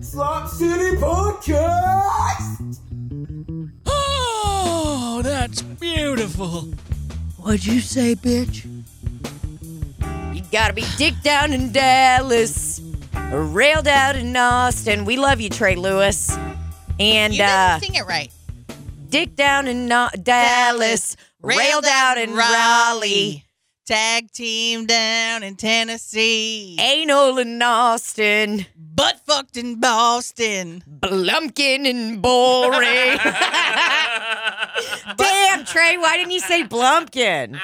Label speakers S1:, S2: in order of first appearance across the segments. S1: Slop City Podcast!
S2: Oh, that's beautiful.
S3: What'd you say, bitch?
S4: You gotta be dick down in Dallas, or railed out in Austin. We love you, Trey Lewis. And
S5: You
S4: uh,
S5: didn't sing it right.
S4: dick down in no- Dallas, railed out in Raleigh,
S5: Tag team down in Tennessee.
S4: Eh. anal in Austin,
S5: Butt fucked in Boston.
S4: blumpkin and boring. Damn, Trey, why didn't you say blumpkin?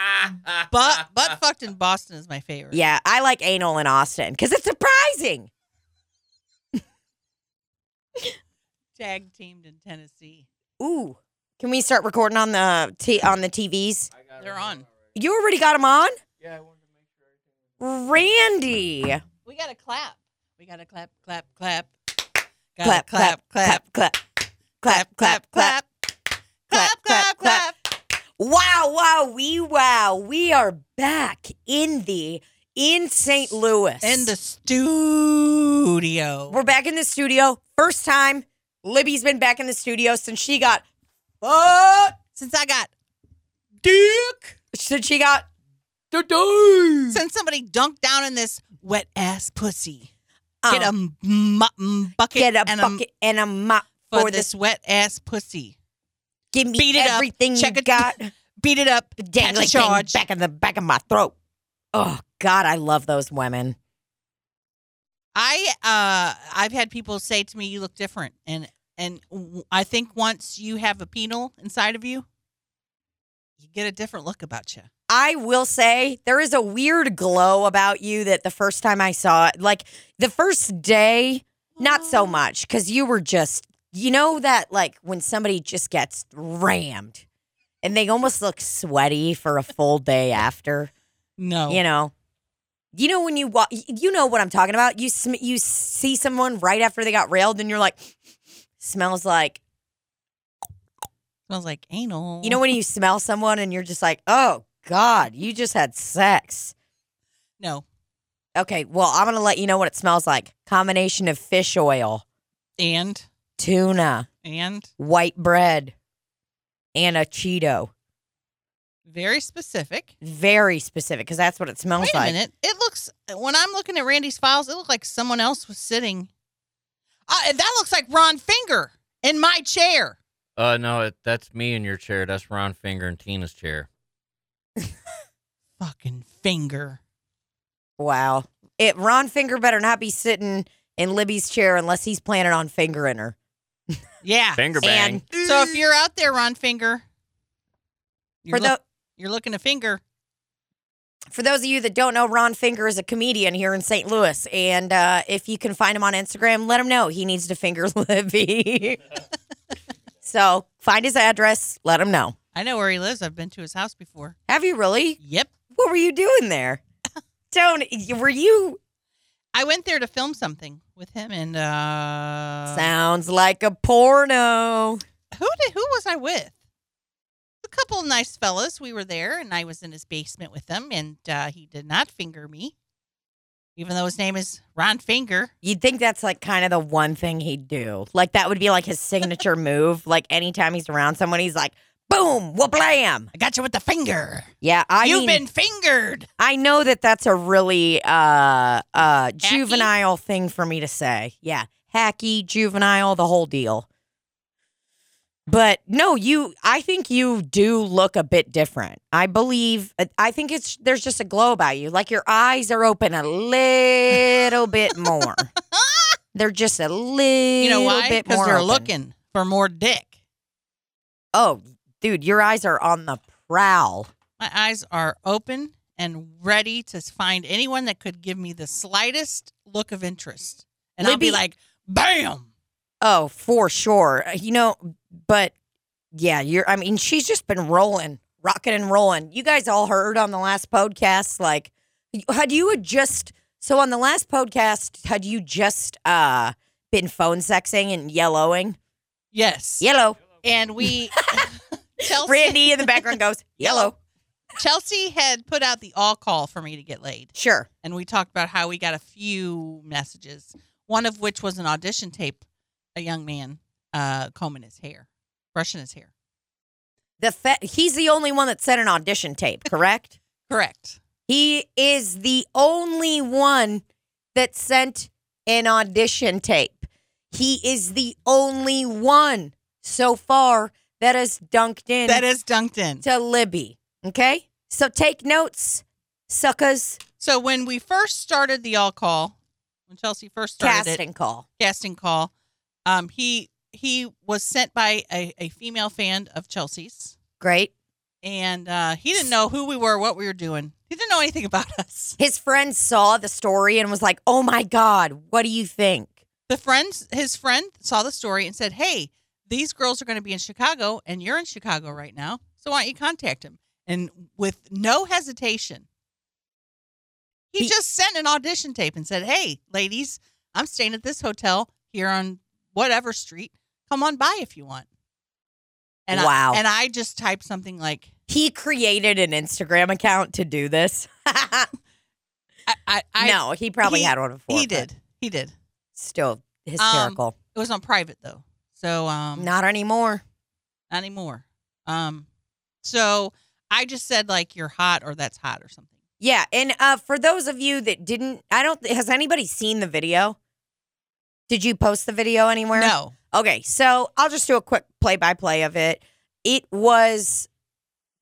S5: Butt butt fucked in Boston is my favorite.
S4: Yeah, I like anal in Austin because it's surprising.
S5: Tag teamed in Tennessee.
S4: Ooh, can we start recording on the t- on the TVs?
S5: They're on.
S4: You already got them on?
S1: Yeah, I wanted to make sure everything
S4: Randy.
S5: We gotta clap. We gotta clap, clap, clap. Gotta
S4: Clap, clap, clap, clap, clap, clap, clap,
S5: clap, clap, clap.
S4: Wow, wow, we wow. We are back in the in St. Louis.
S5: In the studio.
S4: We're back in the studio. First time Libby's been back in the studio since she got fucked.
S5: Oh, Since I got Duke.
S4: Since she got
S5: Since somebody dunked down in this wet ass pussy.
S4: um,
S5: Get a m- m- m- bucket.
S4: get a
S5: and
S4: bucket and a mop
S5: for,
S4: for
S5: this
S4: this.
S5: wet ass pussy.
S4: Give me
S5: beat it up,
S4: everything
S5: check
S4: you
S5: it-
S4: got.
S5: Beat it up. Catch a
S4: Dangling thing
S5: charge.
S4: back in the back of my throat. Oh God, I love those women.
S5: I uh, I've had people say to me, "You look different," and and w- I think once you have a penal inside of you, you get a different look about you.
S4: I will say there is a weird glow about you that the first time I saw it, like the first day, not so much because you were just, you know, that like when somebody just gets rammed and they almost look sweaty for a full day after,
S5: No,
S4: you know. You know when you walk, you know what I'm talking about. You sm- you see someone right after they got railed, and you're like, smells like.
S5: smells like anal.
S4: You know when you smell someone, and you're just like, oh god, you just had sex.
S5: No,
S4: Okay, well, I'm going to let you know what it smells like. Combination of fish oil,
S5: and
S4: tuna,
S5: and
S4: white bread, and a Cheeto.
S5: very specific.
S4: Very specific because that's what it smells
S5: Wait a
S4: like.
S5: minute. It looks when I'm looking at Randy's files, it looked like someone else was sitting. Uh, that looks like Ron Finger in my chair.
S6: Uh, no, it, that's me in your chair. That's Ron Finger and Tina's chair.
S5: Fucking finger.
S4: Wow. It, Ron Finger better not be sitting in Libby's chair unless he's planning on fingering her.
S5: Yeah.
S6: Finger
S4: Ah, And
S6: bang.
S5: So if you're out there, Ron Finger, you're,
S4: for, tho-
S5: look- you're looking a finger.
S4: for those of you that don't know, Ron Finger is a comedian here in St. Louis. And uh, if you can find him on Instagram, let him know he needs to finger Libby. so find his address, let him know.
S5: I know where he lives. I've been to his house before.
S4: Have you really?
S5: Yep.
S4: What were you doing there? Tony, y- were you?
S5: I went there to film something with him and uh
S4: Sounds like a porno.
S5: who did who was I with? A couple of nice fellas. We were there and I was in his basement with them and uh he did not finger me. Even though his name is Ron Finger.
S4: You'd think that's like kind of the one thing he'd do. Like that would be like his signature move. Like anytime he's around someone, he's like, boom, wha blam.
S5: I got you with the finger.
S4: Yeah, I
S5: You've been
S4: mean,
S5: fingered.
S4: I know that that's a really uh uh juvenile thing for me to say. Yeah, hacky, juvenile, the whole deal. But no, you I think you do look a bit different. I believe uh, I think it's there's just a glow about you. Like your eyes are open a little bit more. They're just a little
S5: You know why?
S4: bit more
S5: Because they're
S4: open.
S5: looking for more dick.
S4: Oh, dude, your eyes are on the prowl.
S5: My eyes are open and ready to find anyone that could give me the slightest look of interest. And I'll be
S4: Libby-
S5: like, bam.
S4: Oh, for sure. Uh, You know, but yeah, you're, I mean, she's just been rolling, rocking and rolling. You guys all heard on the last podcast, like, y- had you had just, so on the last podcast, had you just uh been phone sexing and yellowing?
S5: Yes.
S4: Yellow.
S5: And we Chelsea
S4: Randy in the background goes, yellow.
S5: Chelsea had put out the all call for me to get laid.
S4: Sure.
S5: And we talked about how we got a few messages. one of which was an audition tape, a young man uh, combing his hair, brushing his hair.
S4: The fe- he's the only one that sent an audition tape, correct?
S5: Correct.
S4: he is the only one that sent an audition tape. He is the only one so far that has dunked in
S5: That is dunked in.
S4: to Libby. Okay? So take notes, suckers.
S5: So when we first started the all call, when Chelsea first started it,
S4: Casting call.
S5: casting call, um, he he was sent by a, a female fan of Chelsea's,
S4: Great.
S5: and uh, he didn't know who we were, what we were doing. He didn't know anything about us.
S4: His friend saw the story and was like, oh my God, what do you think?
S5: The friends, his friend, saw the story and said, "Hey, these girls are going to be in Chicago, and you're in Chicago right now, so why don't you contact him?" And with no hesitation, he,
S4: He-
S5: just sent an audition tape and said, "Hey, ladies, I'm staying at this hotel here on whatever street. Come on by if you want." And I-
S4: Wow.
S5: and I just typed something like,
S4: He created an Instagram account to do this.
S5: "I, I, I
S4: no, he probably
S5: he-
S4: had one before.
S5: he
S4: but
S5: did, Um, he did.
S4: Still hysterical.
S5: It was on private though, so um,
S4: Not anymore.
S5: not anymore. Um, so I just said like you're hot or that's hot or something.
S4: Yeah, and uh, for those of you that didn't, I don't. Has anybody seen the video? Did you post the video anywhere?
S5: No,
S4: Okay, so I'll just do a quick play by play of it. It was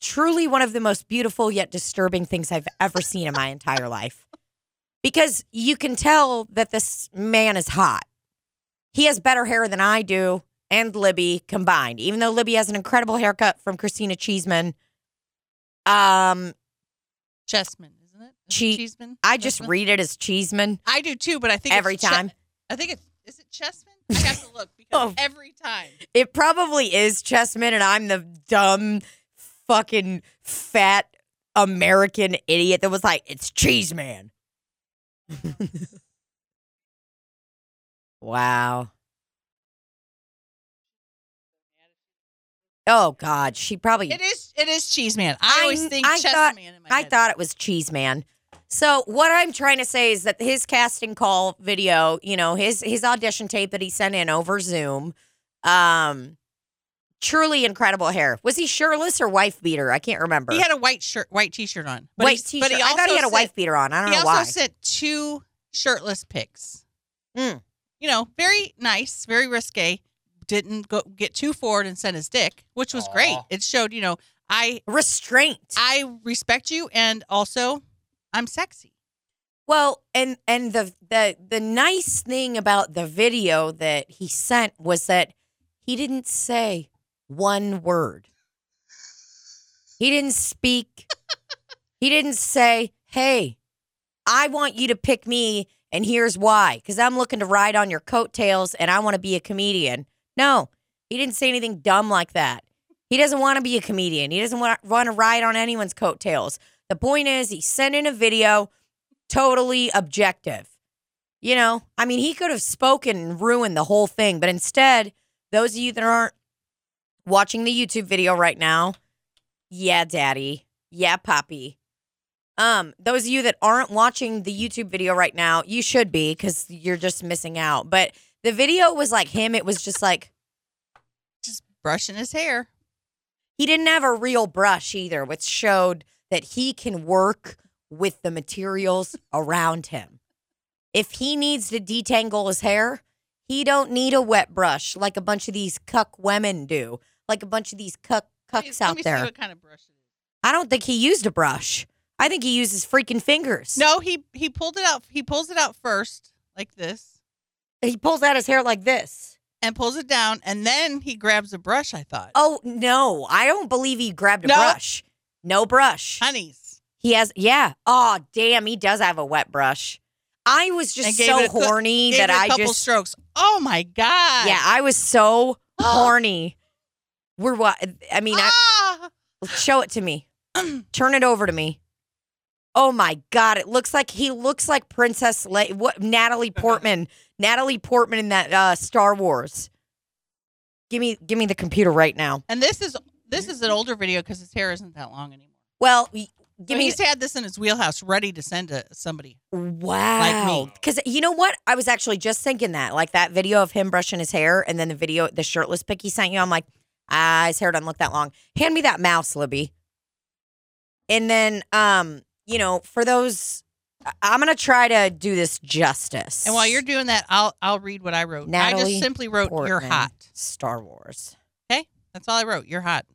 S4: truly one of the most beautiful yet disturbing things I've ever seen in my entire life. Because you can tell that this man is hot. He has better hair than I do and Libby combined, even though Libby has an incredible haircut from Christina Cheeseman. Um,
S5: Chessman, isn't it? Is
S4: Che-
S5: it Cheeseman.
S4: I just
S5: Chessman?
S4: read it as Cheeseman.
S5: I do too, but I think
S4: every
S5: it's Che-
S4: time.
S5: I think it's is it Chessman. I have to look because
S4: Oh.
S5: every time
S4: It probably is Chessman, and I'm the dumb, fucking fat American idiot that was like, "It's Cheeseman." wow. Oh God, she probably.
S5: it is it is Cheeseman. I,
S4: I-
S5: always think
S4: I
S5: Chessman
S4: thought-
S5: in my
S4: I
S5: head.
S4: thought it was Cheeseman. So what I'm trying to say is that his casting call video, you know, his his audition tape that he sent in over Zoom, um, truly incredible hair. Was he shirtless or wife beater? I can't remember.
S5: he had a white shirt, white T-shirt on. But
S4: white
S5: he- but
S4: t-shirt. I thought
S5: also
S4: he had a
S5: sent-
S4: wife beater on. I don't
S5: He
S4: know
S5: also
S4: why.
S5: sent two shirtless pics.
S4: Mm.
S5: You know, very nice, very risque. Didn't go get too forward and send his dick, which was great.
S6: Aw.
S5: It showed, you know, I
S4: Restraint.
S5: I respect you, and also I'm sexy.
S4: Well, and and the the the nice thing about the video that he sent was that he didn't say one word. He didn't speak. he didn't say, "Hey, I want you to pick me and here's why cuz I'm looking to ride on your coattails and I want to be a comedian." No. He didn't say anything dumb like that. He doesn't want to be a comedian. He doesn't want want to ride on anyone's coattails. The point is, he sent in a video totally objective. You know, I mean, he could have spoken and ruined the whole thing, but instead, those of you that aren't watching the YouTube video right now, yeah, daddy, yeah, poppy. Um, those of you that aren't watching the YouTube video right now, you should be because you're just missing out. But the video was like him, it was just like
S5: Just brushing his hair.
S4: he didn't have a real brush either, which showed that he can work with the materials around him. If he needs to detangle his hair, he don't need a wet brush like a bunch of these cuck women do, like a bunch of these cuck
S5: Let me-
S4: cucks
S5: let
S4: out
S5: me see
S4: there.
S5: what kind of brush it is.
S4: I don't think he used a brush. I think he used his freaking fingers.
S5: No, he he pulled it out. He pulls it out first, like this,
S4: he pulls out his hair like this.
S5: and pulls it down, and then he grabs a brush. I thought,
S4: Oh no, I don't believe he grabbed a
S5: No.
S4: brush. No brush.
S5: honeys,
S4: He has, yeah. Oh, damn, he does have a wet brush. I was
S5: And
S4: just
S5: gave it
S4: so
S5: a cou-
S4: horny
S5: Gave
S4: that
S5: it a
S4: I
S5: couple
S4: just,
S5: strokes. Oh my god!
S4: yeah, I was so
S5: Uh.
S4: horny. We're what? I mean, I,
S5: Ah!
S4: show it to me. Turn it over to me. Oh my god, it looks like he looks like Princess Le- what Natalie Portman. Natalie Portman in that uh, Star Wars. Give me, give me the computer right now.
S5: And this is this is an older video because his hair isn't that long anymore.
S4: Well, y- give
S5: Well,
S4: me
S5: he's had this in his wheelhouse, ready to send to somebody.
S4: Wow. Because you know what? I was actually just thinking that. Like that video of him brushing his hair and then the video, the shirtless pic he sent you. I'm like, ah, his hair doesn't look that long. Hand me that mouse, Libby. And then, um, you know, for those, I- I'm going to try to do this justice.
S5: And while you're doing that, I'll I'll read what I wrote. I
S4: Natalie
S5: just simply wrote, "You're
S4: Portman,
S5: hot."
S4: Star Wars.
S5: That's all I wrote. You're hot.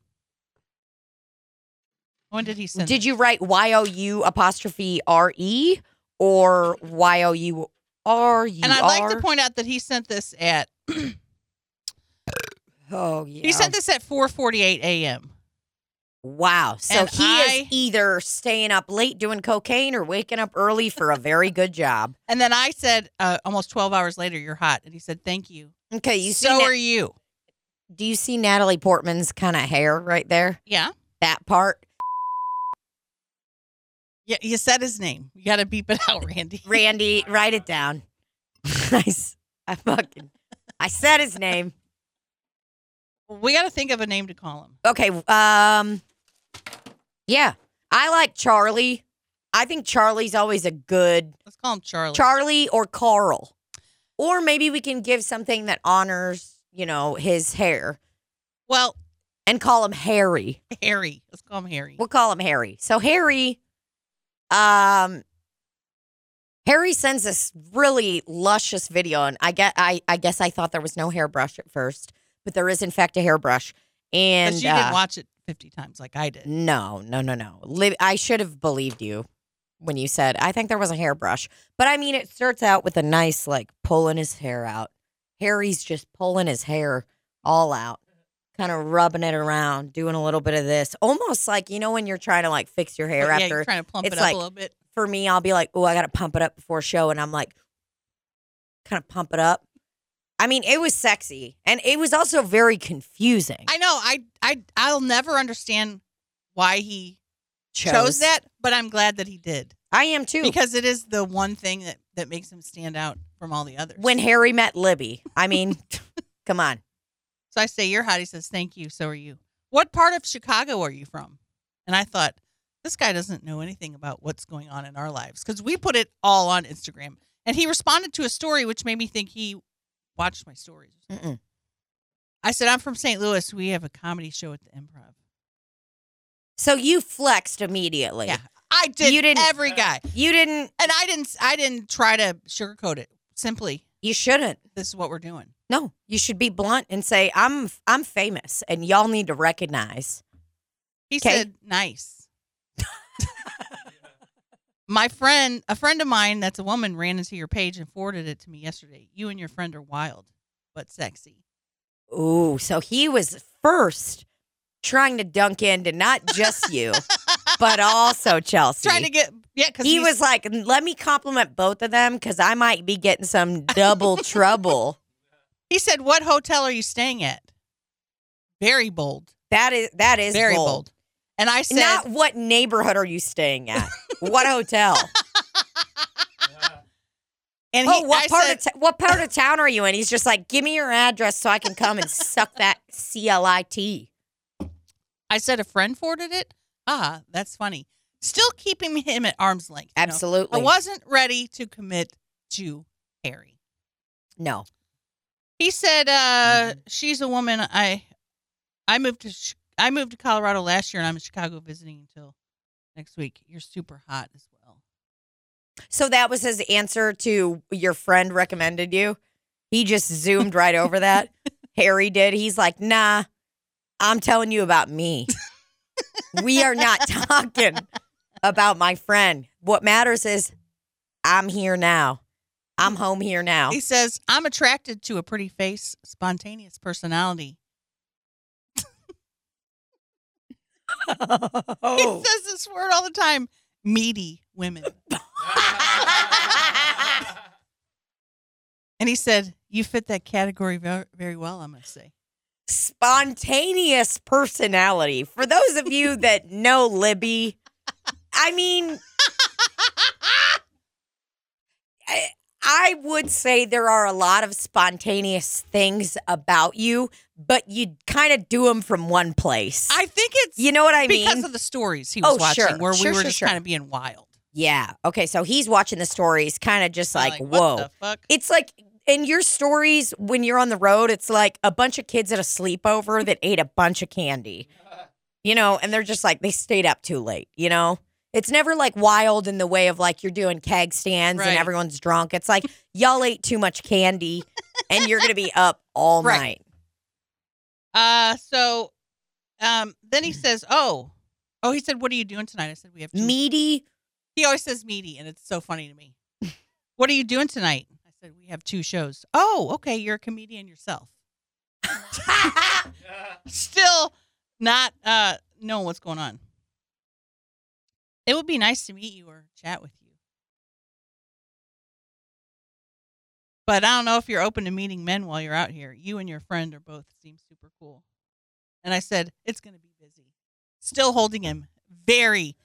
S5: When did he send?
S4: Did you write Y O U apostrophe R E or Y O U R U?
S5: And I'd like to point out that he sent this at
S4: Oh, yeah.
S5: he sent this at 4:48 a.m.
S4: Wow. So
S5: And
S4: he
S5: I-
S4: is either staying up late doing cocaine or waking up early for a very good job.
S5: And then I said, uh, almost 12 hours later, "You're hot," and he said, "Thank you."
S4: Okay, you see
S5: so
S4: Na-
S5: are you?
S4: do you see Natalie Portman's kind of hair right there?
S5: Yeah.
S4: That part.
S5: Yeah. You said his name. You got to beep it out, Randy.
S4: Randy, write it down. I, s- I fucking I said his name.
S5: we got to think of a name to call him.
S4: Okay, um Yeah. I like Charlie. I think Charlie's always a good
S5: Let's call him Charlie.
S4: Charlie or Carl. Or maybe we can give something that honors, you know, his hair
S5: well,
S4: and call him Harry.
S5: Harry. Let's call him Harry.
S4: We'll call him Harry. So Harry, um, Harry sends this really luscious video, and I get I I guess I thought there was no hairbrush at first, but there is in fact a hairbrush. And
S5: Because you
S4: uh,
S5: didn't watch it 50 times like I did.
S4: no, no, no, no. Li- I should have believed you when you said I think there was a hairbrush, but I mean it starts out with a nice like pulling his hair out. Harry's just pulling his hair all out, kind of rubbing it around, doing a little bit of this, almost like you know when you're trying to like fix your
S5: But
S4: hair
S5: yeah,
S4: after
S5: you're trying to plump
S4: it's
S5: it up
S4: like-
S5: a little bit.
S4: for me, I'll be like, oh, I got to pump it up before show. And I'm like, kind of pump it up. I mean, it was sexy and it was also very confusing.
S5: I know. I I I'll never understand why he chose, that, but I'm glad that he did
S4: I am too.
S5: because it is the one thing that that makes him stand out from all the others.
S4: when Harry met Libby, I mean, come on.
S5: so I say you're hot, he says thank you. So are you. What part of Chicago are you from? And I thought this guy doesn't know anything about what's going on in our lives because we put it all on Instagram. And he responded to a story, which made me think he watched my stories.
S4: Mm-mm.
S5: I said, I'm from St. Louis. We have a comedy show at the improv.
S4: So you flexed immediately.
S5: Yeah. I did
S4: You didn't-
S5: every guy.
S4: You didn't,
S5: And I didn't I didn't try to sugarcoat it. Simply,
S4: you shouldn't.
S5: this is what we're doing.
S4: No, you should be blunt and say, I'm I'm famous and y'all need to recognize.
S5: He
S4: 'Kay.
S5: said, "Nice." My friend, a friend of mine that's a woman ran into your page and forwarded it to me yesterday. You and your friend are wild, but sexy.
S4: Ooh, so he was first trying to dunk into not just you, but also Chelsea.
S5: Trying to get yeah, because
S4: he was like, let me compliment both of them because I might be getting some double trouble.
S5: He said, "What hotel are you staying at?" Very bold,
S4: That is that is
S5: very bold.
S4: bold.
S5: And I said,
S4: Not what neighborhood are you staying at? what hotel?
S5: "And he,
S4: oh, what
S5: I
S4: part
S5: said,
S4: of t- what part of town are you in? He's just like, give me your address so I can come and suck that C L I T.
S5: I said a friend forwarded it. Ah, that's funny. Still keeping him at arm's length. you know.
S4: Absolutely.
S5: I wasn't ready to commit to Harry.
S4: No.
S5: He said, uh, "She's a woman. I, I moved to Ch- I moved to Colorado last year, and I'm in Chicago visiting until next week. You're super hot as well.
S4: So that was his answer to your friend recommended you. He just zoomed right over that. Harry did. He's like, nah, I'm telling you about me. we are not talking about my friend. What matters is I'm here now. I'm home here now.
S5: He says, "I'm attracted to a pretty face, spontaneous personality." He says this word all the time: meaty women. And he said, "You fit that category ver- very well. I must say."
S4: Spontaneous personality. For those of you that know Libby, I mean, I, I would say there are a lot of spontaneous things about you, but you kind of do them from one place.
S5: I think it's
S4: you know what I
S5: because
S4: mean?
S5: of the stories he was
S4: Oh,
S5: watching,
S4: sure,
S5: where we
S4: sure,
S5: were
S4: sure,
S5: just
S4: sure.
S5: kind of being wild.
S4: yeah. Okay. So he's watching the stories, kind of just like,
S5: what
S4: whoa.
S5: the fuck?
S4: It's like in your stories when you're on the road, it's like a bunch of kids at a sleepover that ate a bunch of candy, you know, and they're just like, they stayed up too late, you know? It's never like wild in the way of like you're doing keg stands
S5: Right.
S4: and everyone's drunk. It's like y'all ate too much candy and you're going to be up all
S5: Right.
S4: night.
S5: Uh, so, um, then he says, "Oh, oh," he said, "What are you doing tonight?" I said, "We have two.
S4: Meaty.
S5: He always says meaty, and it's so funny to me. what are you doing tonight? I said, We have two shows. Oh, okay. You're a comedian yourself. Still not uh knowing what's going on. It would be nice to meet you or chat with you. But I don't know if you're open to meeting men while you're out here. You and your friend are both seem super cool. And I said, It's gonna be busy. Still holding him very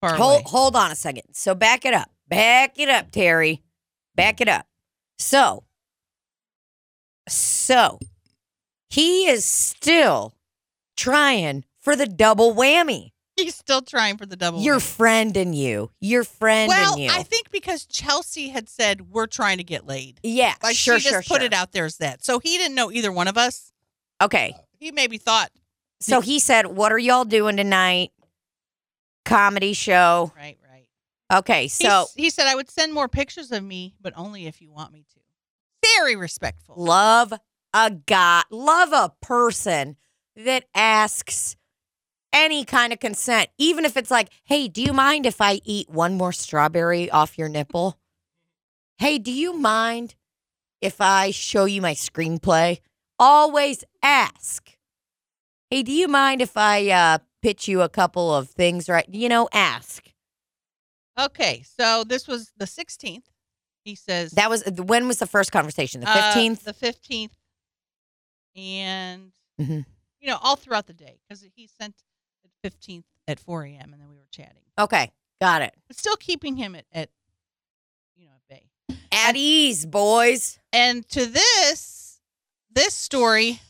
S5: far away.
S4: Hold, hold on a second. So back it up. Back it up, Terry. Back it up. So, so he is still trying for the double whammy.
S5: He's still trying for the double.
S4: Your
S5: whammy.
S4: friend and you. Your friend
S5: well.
S4: and you.
S5: I think because Chelsea had said we're trying to get laid.
S4: yeah,
S5: Like
S4: sure,
S5: she just
S4: sure,
S5: put
S4: sure.
S5: it out there as that. So he didn't know either one of us.
S4: Okay.
S5: He maybe thought
S4: So he said, "What are y'all doing tonight? Comedy show."
S5: right, right.
S4: Okay.
S5: He
S4: Oh. So
S5: s- he said I would send more pictures of me, but only if you want me to. Very respectful.
S4: love a guy, love a person that asks any kind of consent, even if it's like, hey, do you mind if I eat one more strawberry off your nipple? hey, do you mind if I show you my screenplay? Always ask. Hey, do you mind if I uh, pitch you a couple of things right? You know, ask.
S5: okay, so this was the 16th. He says
S4: That was when was the first conversation? The
S5: uh,
S4: 15th?
S5: the 15th, and
S4: Mhm.
S5: you know all throughout the day because he sent the 15th at 4 a.m. and then we were chatting.
S4: okay, got it.
S5: but still keeping him at, at you know at bay.
S4: At ease, boys.
S5: And to this this story,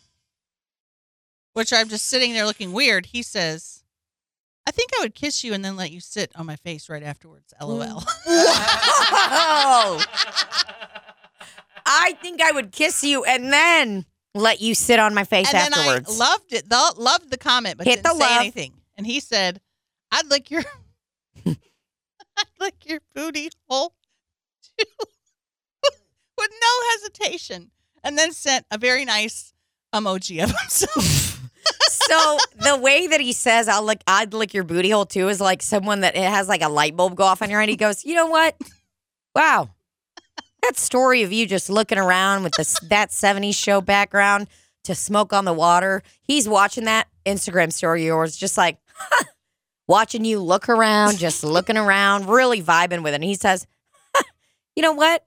S5: which I'm just sitting there looking weird, he says, "I think I would kiss you and then let you sit on my face right afterwards."
S4: Mm.
S5: LOL.
S4: Whoa! I think I would kiss you and then let you sit on my face
S5: and then
S4: afterwards.
S5: I loved it. The, loved the comment, but
S4: Hit
S5: didn't
S4: the
S5: say
S4: love.
S5: anything. And he said, "I'd lick your, I'd lick your booty hole, too, with no hesitation." And then sent a very nice emoji of himself.
S4: so the way that he says I'll lick I'd lick your booty hole too is like someone that it has like a light bulb go off on your head. He goes, You know what? Wow. That story of you just looking around with this that 70s show background to smoke on the water. He's watching that Instagram story of yours, just like watching you look around, just looking around, really vibing with it. And he says, You know what?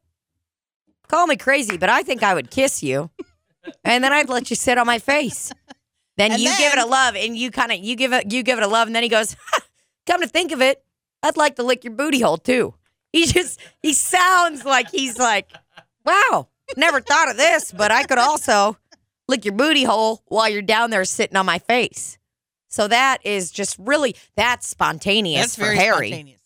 S4: Call me crazy, but I think I would kiss you. And then I'd let you sit on my face. Then
S5: And
S4: you give it a
S5: then-
S4: love and you kind of you give it you give it a love and then he goes, "Come to think of it, I'd like to lick your booty hole too." He just he sounds like he's like, "Wow, never thought of this, but I could also lick your booty hole while you're down there sitting on my face." So that is just really that's spontaneous
S5: That's
S4: for
S5: very
S4: Harry.
S5: spontaneous.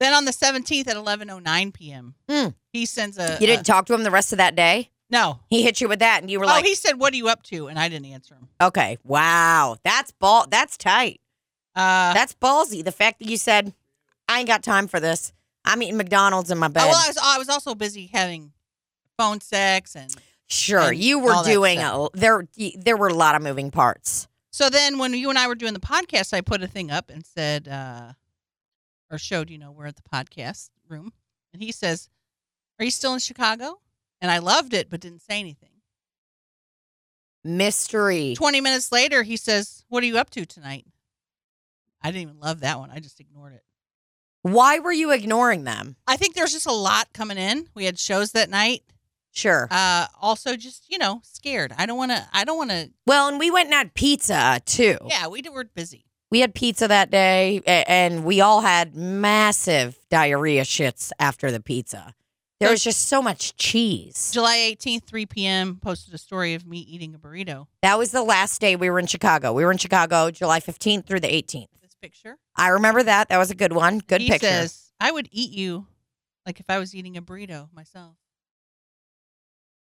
S5: Then on the 17th at 11:09 p.m.,
S4: Hmm.
S5: he sends a
S4: You didn't
S5: a-
S4: talk to him the rest of that day.
S5: no.
S4: He hit you with that, and you were
S5: Uh-uh. Oh,
S4: like,
S5: he said, "What are you up to?" And I didn't answer him.
S4: "Okay, wow, that's ball, that's tight,
S5: Uh,
S4: that's ballsy." The fact that you said, "I ain't got time for this. I'm eating McDonald's in my bed."
S5: Oh, well, I was I was also busy having phone sex, and
S4: sure,
S5: and
S4: you were
S5: all that
S4: doing a,
S5: stuff.
S4: there. There were a lot of moving parts.
S5: so then when you and I were doing the podcast, I put a thing up and said, uh, or showed you know we're at the podcast room, and he says, "Are you still in Chicago?" And I loved it, but didn't say anything.
S4: Mystery.
S5: Twenty minutes later, he says, "What are you up to tonight?" I didn't even love that one. I just ignored it.
S4: Why were you ignoring them?
S5: I think there's just a lot coming in. We had shows that night.
S4: Sure.
S5: Uh, also, just you know, scared. I don't want to. I don't want to.
S4: well, and we went and had pizza too.
S5: Yeah, we were busy.
S4: We had pizza that day, a- and we all had massive diarrhea shits after the pizza. There was just so much cheese.
S5: July 18th, 3 p.m., posted a story of me eating a burrito.
S4: That was the last day we were in Chicago. We were in Chicago July 15th through the 18th.
S5: This picture.
S4: I remember that. That was a good one. Good
S5: he
S4: picture.
S5: says, I would eat you like if I was eating a burrito myself.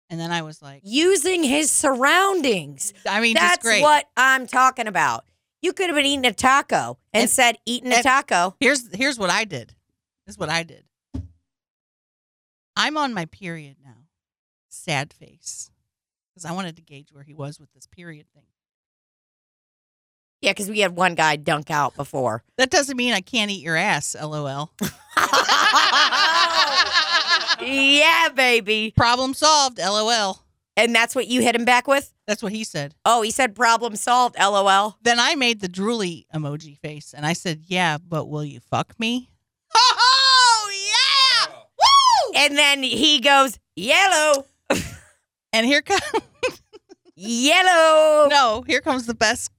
S5: And then I was like,
S4: Using his surroundings.
S5: I mean,
S4: That's
S5: just great.
S4: what I'm talking about. You could have been eating a taco and,
S5: And-
S4: said, eating a
S5: and-
S4: taco.
S5: Here's here's what I did. This is what I did. I'm on my period now. Sad face. Because I wanted to gauge where he was with this period thing.
S4: Yeah, because we had one guy dunk out before.
S5: That doesn't mean I can't eat your ass, lol.
S4: yeah, baby.
S5: Problem solved, lol.
S4: And that's what you hit him back with?
S5: That's what he said.
S4: Oh, he said problem solved, lol.
S5: Then I made the drooly emoji face and I said, Yeah, but will you fuck me? Oh, yeah! Woo!
S4: And then he goes, yellow,
S5: And here comes,
S4: yellow.
S5: no, here comes the best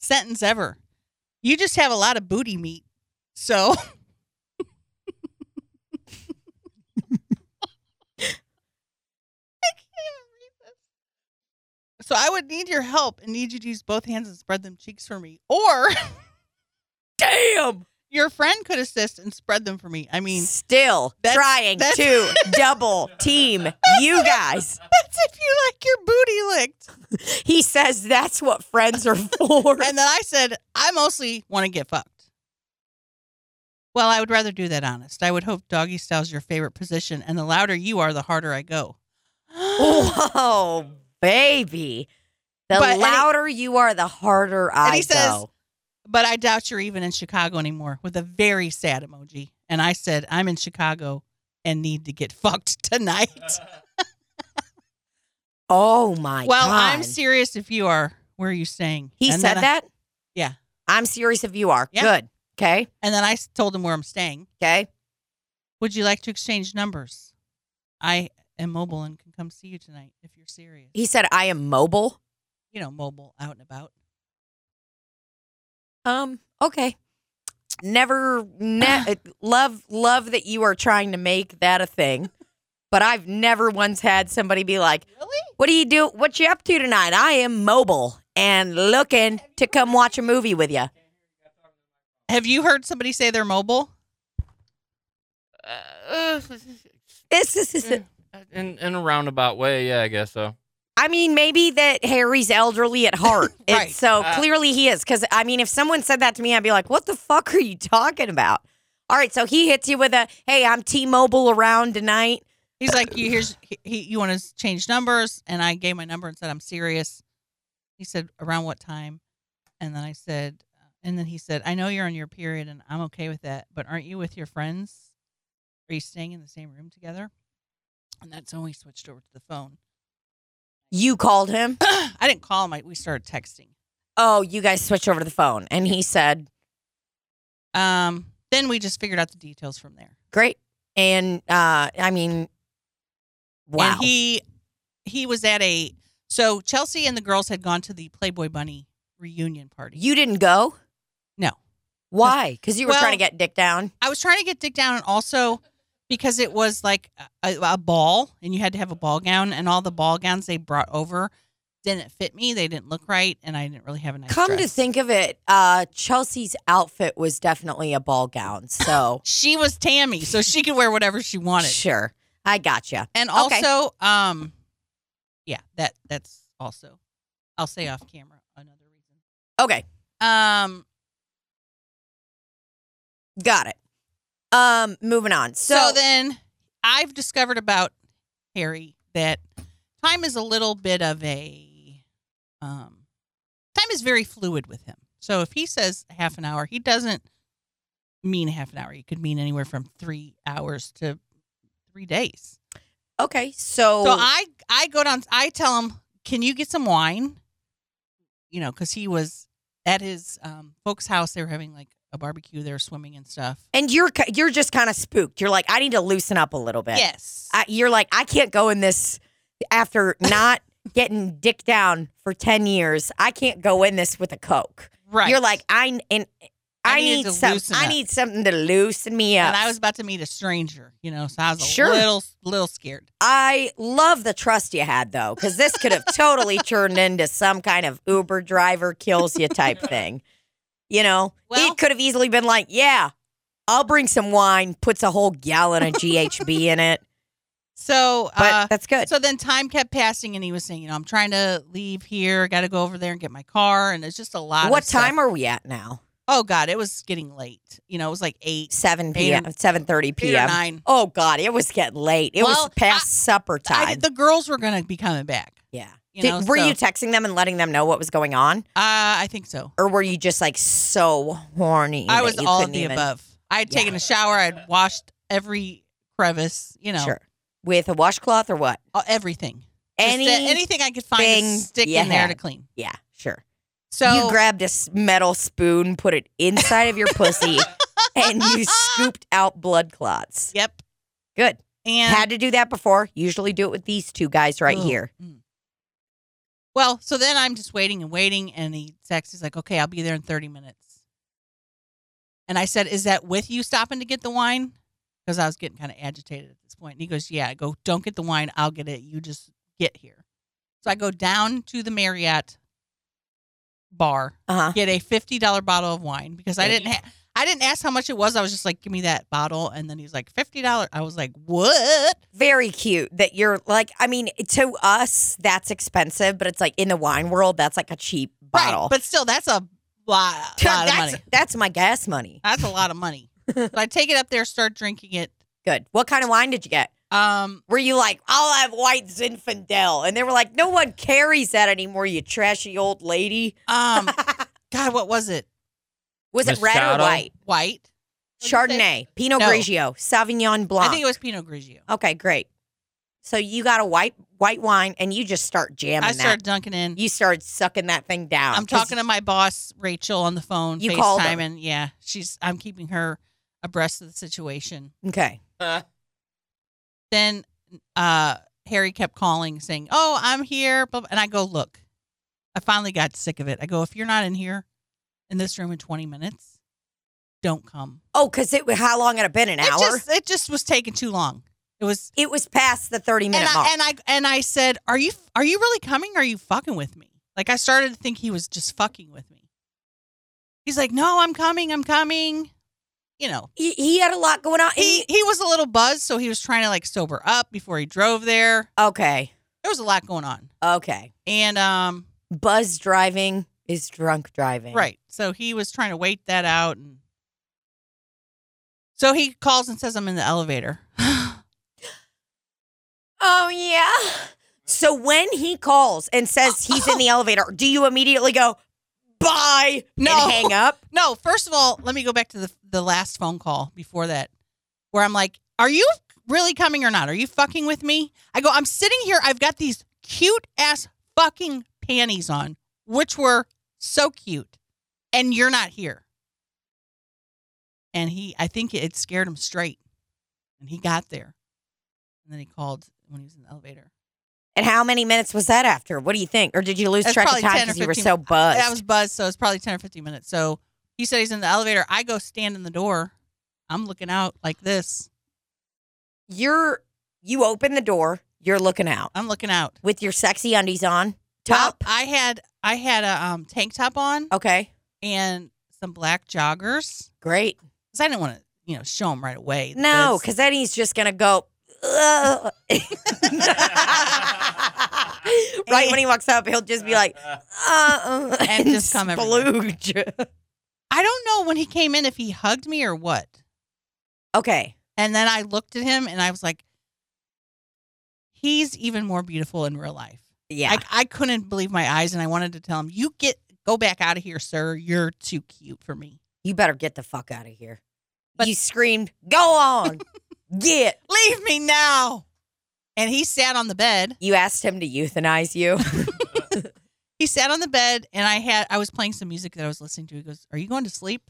S5: sentence ever. You just have a lot of booty meat. So So I would need your help and need you to use both hands and spread them cheeks for me. Or
S4: Damn.
S5: your friend could assist and spread them for me. I mean,
S4: Still
S5: That's-
S4: trying
S5: that's-
S4: to double team you guys.
S5: that's if you like your booty licked.
S4: He says that's what friends are for.
S5: And then I said, I mostly want to get fucked. Well, I would rather do that honest. I would hope doggy style's your favorite position, and the louder you are, the harder I go.
S4: Oh. Whoa, baby. The
S5: But- and he-
S4: louder you are, the harder I
S5: And he says,
S4: go.
S5: But I doubt you're even in Chicago anymore with a very sad emoji. And I said, I'm in Chicago and need to get fucked tonight.
S4: oh my
S5: well,
S4: God.
S5: I'm serious if you are. Where are you staying?
S4: He
S5: And
S4: said
S5: then I-
S4: that?
S5: Yeah.
S4: I'm serious if you are.
S5: Yeah.
S4: Good. Okay.
S5: and then I s- told him where I'm staying.
S4: Okay.
S5: Would you like to exchange numbers? I am mobile and can come see you tonight if you're serious.
S4: He said, I am mobile.
S5: You know, mobile, out and about.
S4: Um, okay. Never ne- uh, love love that you are trying to make that a thing. But I've never once had somebody be like,
S5: Really?
S4: "What do you do? What you up to tonight?" I am mobile and looking to come watch a movie with you.
S5: Have you heard somebody say they're mobile?
S6: Uh,
S4: This is,
S5: Mm-hmm.
S4: this is-
S6: in in a roundabout way, yeah, I guess so.
S4: I mean, maybe that Harry's elderly at heart.
S5: Right.
S4: It's- so
S6: Uh.
S4: clearly he is. Because I mean, if someone said that to me, I'd be like, "What the fuck are you talking about?" All right, so he hits you with a, "Hey, I'm T-Mobile around tonight."
S5: He's like, you here's he, he, you want to change numbers, and I gave my number and said I'm serious. He said around what time, and then I said, uh, and then he said, I know you're on your period, and I'm okay with that, but aren't you with your friends? Are you staying in the same room together? And that's when we switched over to the phone.
S4: You called him.
S5: I didn't call him. I, we started texting.
S4: oh, you guys switch over to the phone. And he said,
S5: Um, then we just figured out the details from there.
S4: great. And uh, I mean, wow.
S5: And he he was at a so Chelsea and the girls had gone to the Playboy Bunny reunion party.
S4: you didn't go?
S5: No.
S4: Why? Because you were
S5: Well-
S4: trying to get dick down?
S5: I was trying to get dick down, and also because it was like a, a ball, and you had to have a ball gown, and all the ball gowns they brought over didn't fit me. They didn't look right, and I didn't really have a nice.
S4: Come to
S5: dress.
S4: think of it, uh, Chelsea's outfit was definitely a ball gown. So,
S5: she was Tammy, so she could wear whatever she wanted.
S4: sure. I gotcha.
S5: And
S4: Okay.
S5: also, um, yeah, that that's also, I'll say off camera another reason.
S4: Okay.
S5: Um,
S4: Got it. Um, moving on. So,
S5: So, then I've discovered about Harry that time is a little bit of a um time is very fluid with him. So if he says half an hour, he doesn't mean half an hour. He could mean anywhere from 3 hours to 3 days.
S4: okay. So,
S5: So I I go down I tell him, "Can you get some wine?" You know, cuz he was at his um folks' house. They were having like a barbecue, they were swimming and stuff.
S4: and you're ki- you're just kind of spooked. You're like, I need to loosen up a little bit.
S5: Yes.
S4: I, you're like, I can't go in this after not getting dick down for 10 years. I can't go in this with a Coke.
S5: right.
S4: You're like, I, and
S5: I
S4: I,
S5: needed
S4: need
S5: to
S4: some.
S5: loosen
S4: I
S5: up.
S4: need something to loosen me up.
S5: And I was about to meet a stranger, you know, so I was a
S4: Sure.
S5: little little scared.
S4: I love the trust you had though, because this could have totally turned into some kind of Uber driver kills you type thing. You know,
S5: Well-
S4: it could have easily been like, yeah, I'll bring some wine, puts a whole gallon of GHB in it,
S5: So,
S4: but
S5: uh,
S4: that's good.
S5: so then time kept passing, and he was saying, you know, I'm trying to leave here, got to go over there and get my car, and it's just a lot.
S4: What
S5: of stuff.
S4: time are we at now?
S5: Oh God, it was getting late. You know, it was like eight,
S4: Seven p.m. Seven thirty
S5: eight or
S4: p.m.
S5: nine.
S4: Oh God, it was getting late. It
S5: Well,
S4: was past supper time.
S5: I, the girls were going to be coming back.
S4: yeah.
S5: You
S4: Did-
S5: know,
S4: were
S5: so-
S4: you texting them and letting them know what was going on,
S5: Uh, I think so.
S4: or were you just like so horny?
S5: I
S4: that
S5: was
S4: you
S5: all of
S4: couldn't
S5: the
S4: even-
S5: above. I had
S4: Yeah.
S5: taken a shower. I'd washed every crevice. You know,
S4: Sure. With a washcloth or what?
S5: all- everything. Just
S4: Any,
S5: a- anything I could find to
S4: thing
S5: stick
S4: you
S5: in there to
S4: had.
S5: clean.
S4: Yeah, sure.
S5: So
S4: you grabbed a s- metal spoon, put it inside of your pussy, and you scooped out blood clots.
S5: Yep.
S4: Good.
S5: And
S4: Had to do that before. Usually do it with these two guys right
S5: Ugh.
S4: here.
S5: Mm. Well, so then I'm just waiting and waiting, and he texts. He's like, "Okay, I'll be there in 30 minutes." And I said, "Is that with you stopping to get the wine?" Because I was getting kind of agitated at this point. And he goes, "Yeah." I go, "Don't get the wine. I'll get it. You just get here." So I go down to the Marriott bar,
S4: Uh huh.
S5: get a fifty dollar bottle of wine because I
S6: Yeah.
S5: didn't. Ha- I didn't ask how much it was. I was just like, "Give me that bottle," and then he's like, 50 dollars." I was like, "What?"
S4: Very cute that you're like, I mean, to us, that's expensive, but it's like in the wine world, that's like a cheap bottle.
S5: Right, but still, that's a lot, lot of
S4: that's,
S5: money.
S4: that's my gas money.
S5: That's a lot of money. so I take it up there, start drinking it.
S4: Good. What kind of wine did you get?
S5: Um,
S4: Were you like, I'll have white Zinfandel? And they were like, no one carries that anymore, you trashy old lady.
S5: um, God, what was it?
S4: Was it red or
S6: Moscato?
S4: white?
S5: White. What'd you say?
S4: Chardonnay, Pinot
S5: No.
S4: Grigio, Sauvignon
S5: I
S4: Blanc.
S5: think it was Pinot Grigio.
S4: okay, great. So you got a white white wine, and you just start jamming
S5: I started
S4: that.
S5: dunking in.
S4: You started sucking that thing down.
S5: I'm
S4: 'Cause
S5: talking to my boss Rachel on the phone,
S4: You called
S5: FaceTime,
S4: her.
S5: and yeah, she's. I'm keeping her abreast of the situation.
S4: Okay,
S5: Then uh, Harry kept calling, saying, "Oh, I'm here," blah, blah," and I go, "Look, I finally got sick of it." I go, "If you're not in here, in this room in 20 minutes, don't come."
S4: oh, because it how long had it been? An
S5: It
S4: hour.
S5: just, it just was taking too long. It was
S4: it was past the thirty
S5: and
S4: minute
S5: I,
S4: mark.
S5: and I and I said, "Are you are you really coming? Are you fucking with me?" Like I started to think he was just fucking with me. He's like, "No, I'm coming. I'm coming." You know,
S4: he, he had a lot going on. and
S5: he he was a little buzzed, so he was trying to like sober up before he drove there.
S4: he- okay,
S5: There was a lot going on,
S4: okay.
S5: and um,
S4: Buzz driving is drunk driving.
S5: right, so he was trying to wait that out, and so he calls and says, "I'm in the elevator."
S4: Oh yeah. So when he calls and says he's in the elevator, do you immediately go bye
S5: No.
S4: and hang up?
S5: No, first of all, let me go back to the the last phone call before that, where I'm like, "Are you really coming or not? Are you fucking with me?" I go, "I'm sitting here. I've got these cute ass fucking panties on, which were so cute, and you're not here." And he, I think it scared him straight, and he got there, and then he called when he was in the elevator.
S4: And how many minutes was that after? What do you think? Or did you lose
S5: That's
S4: track of
S5: probably 10 or
S4: time because you were
S5: 15.
S4: so buzzed?
S5: I was buzzed, so it's probably ten or fifteen minutes. So he said he's in the elevator. I go stand in the door. I'm looking out like this.
S4: you're you open the door, you're looking out
S5: I'm looking out.
S4: with your sexy undies on, top. Oh.
S5: Well, I had I had a um, tank top on
S4: okay,
S5: and some black joggers
S4: great.
S5: because I didn't want to you know show him right away. that
S4: No,
S5: that's-
S4: because then he's just gonna go. "Ugh." right when he walks up, he'll just be like, uh,
S5: And just come everywhere.
S4: splooge.
S5: I don't know when he came in if he hugged me or what.
S4: Okay,
S5: And then I looked at him and I was like, he's even more beautiful in real life.
S4: yeah,
S5: I, I couldn't believe my eyes, and I wanted to tell him, "You get go back out of here, sir. You're too cute for me.
S4: you better get the fuck out of here.
S5: But-
S4: you screamed, "Go on, get."
S5: Leave me now." And he sat on the bed.
S4: You asked him to euthanize you.
S5: He sat on the bed, and I had I was playing some music that I was listening to. He goes, "Are you going to sleep?"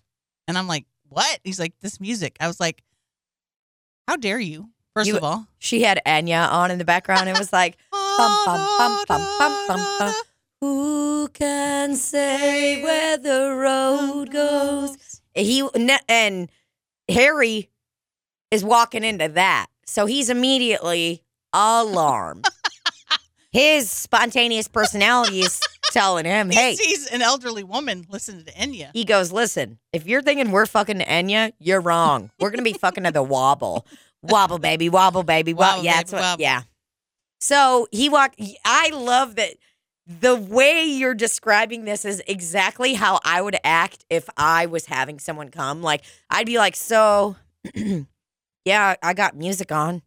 S5: And I'm like, "What?" He's like, "This music." I was like, "How dare you?" First
S4: You-
S5: of all,
S4: She had Anya on in the background and was like, bum, bum, bum, bum, bum, bum. Who can say where the road goes? He ne- and Harry is walking into that, so he's immediately alarmed. His spontaneous personality is telling him, "Hey,
S5: He sees an elderly woman listening to Enya.
S4: he goes, listen, if you're thinking we're fucking to Enya, you're wrong. We're gonna be fucking to the wobble, wobble baby, wobble baby, wobble.
S5: Wobble,
S4: yeah,
S5: baby,
S4: that's what,
S5: wobble.
S4: yeah. So he walked. I love that. The way you're describing this is exactly how I would act if I was having someone come. Like I'd be like, so, yeah, I got music on.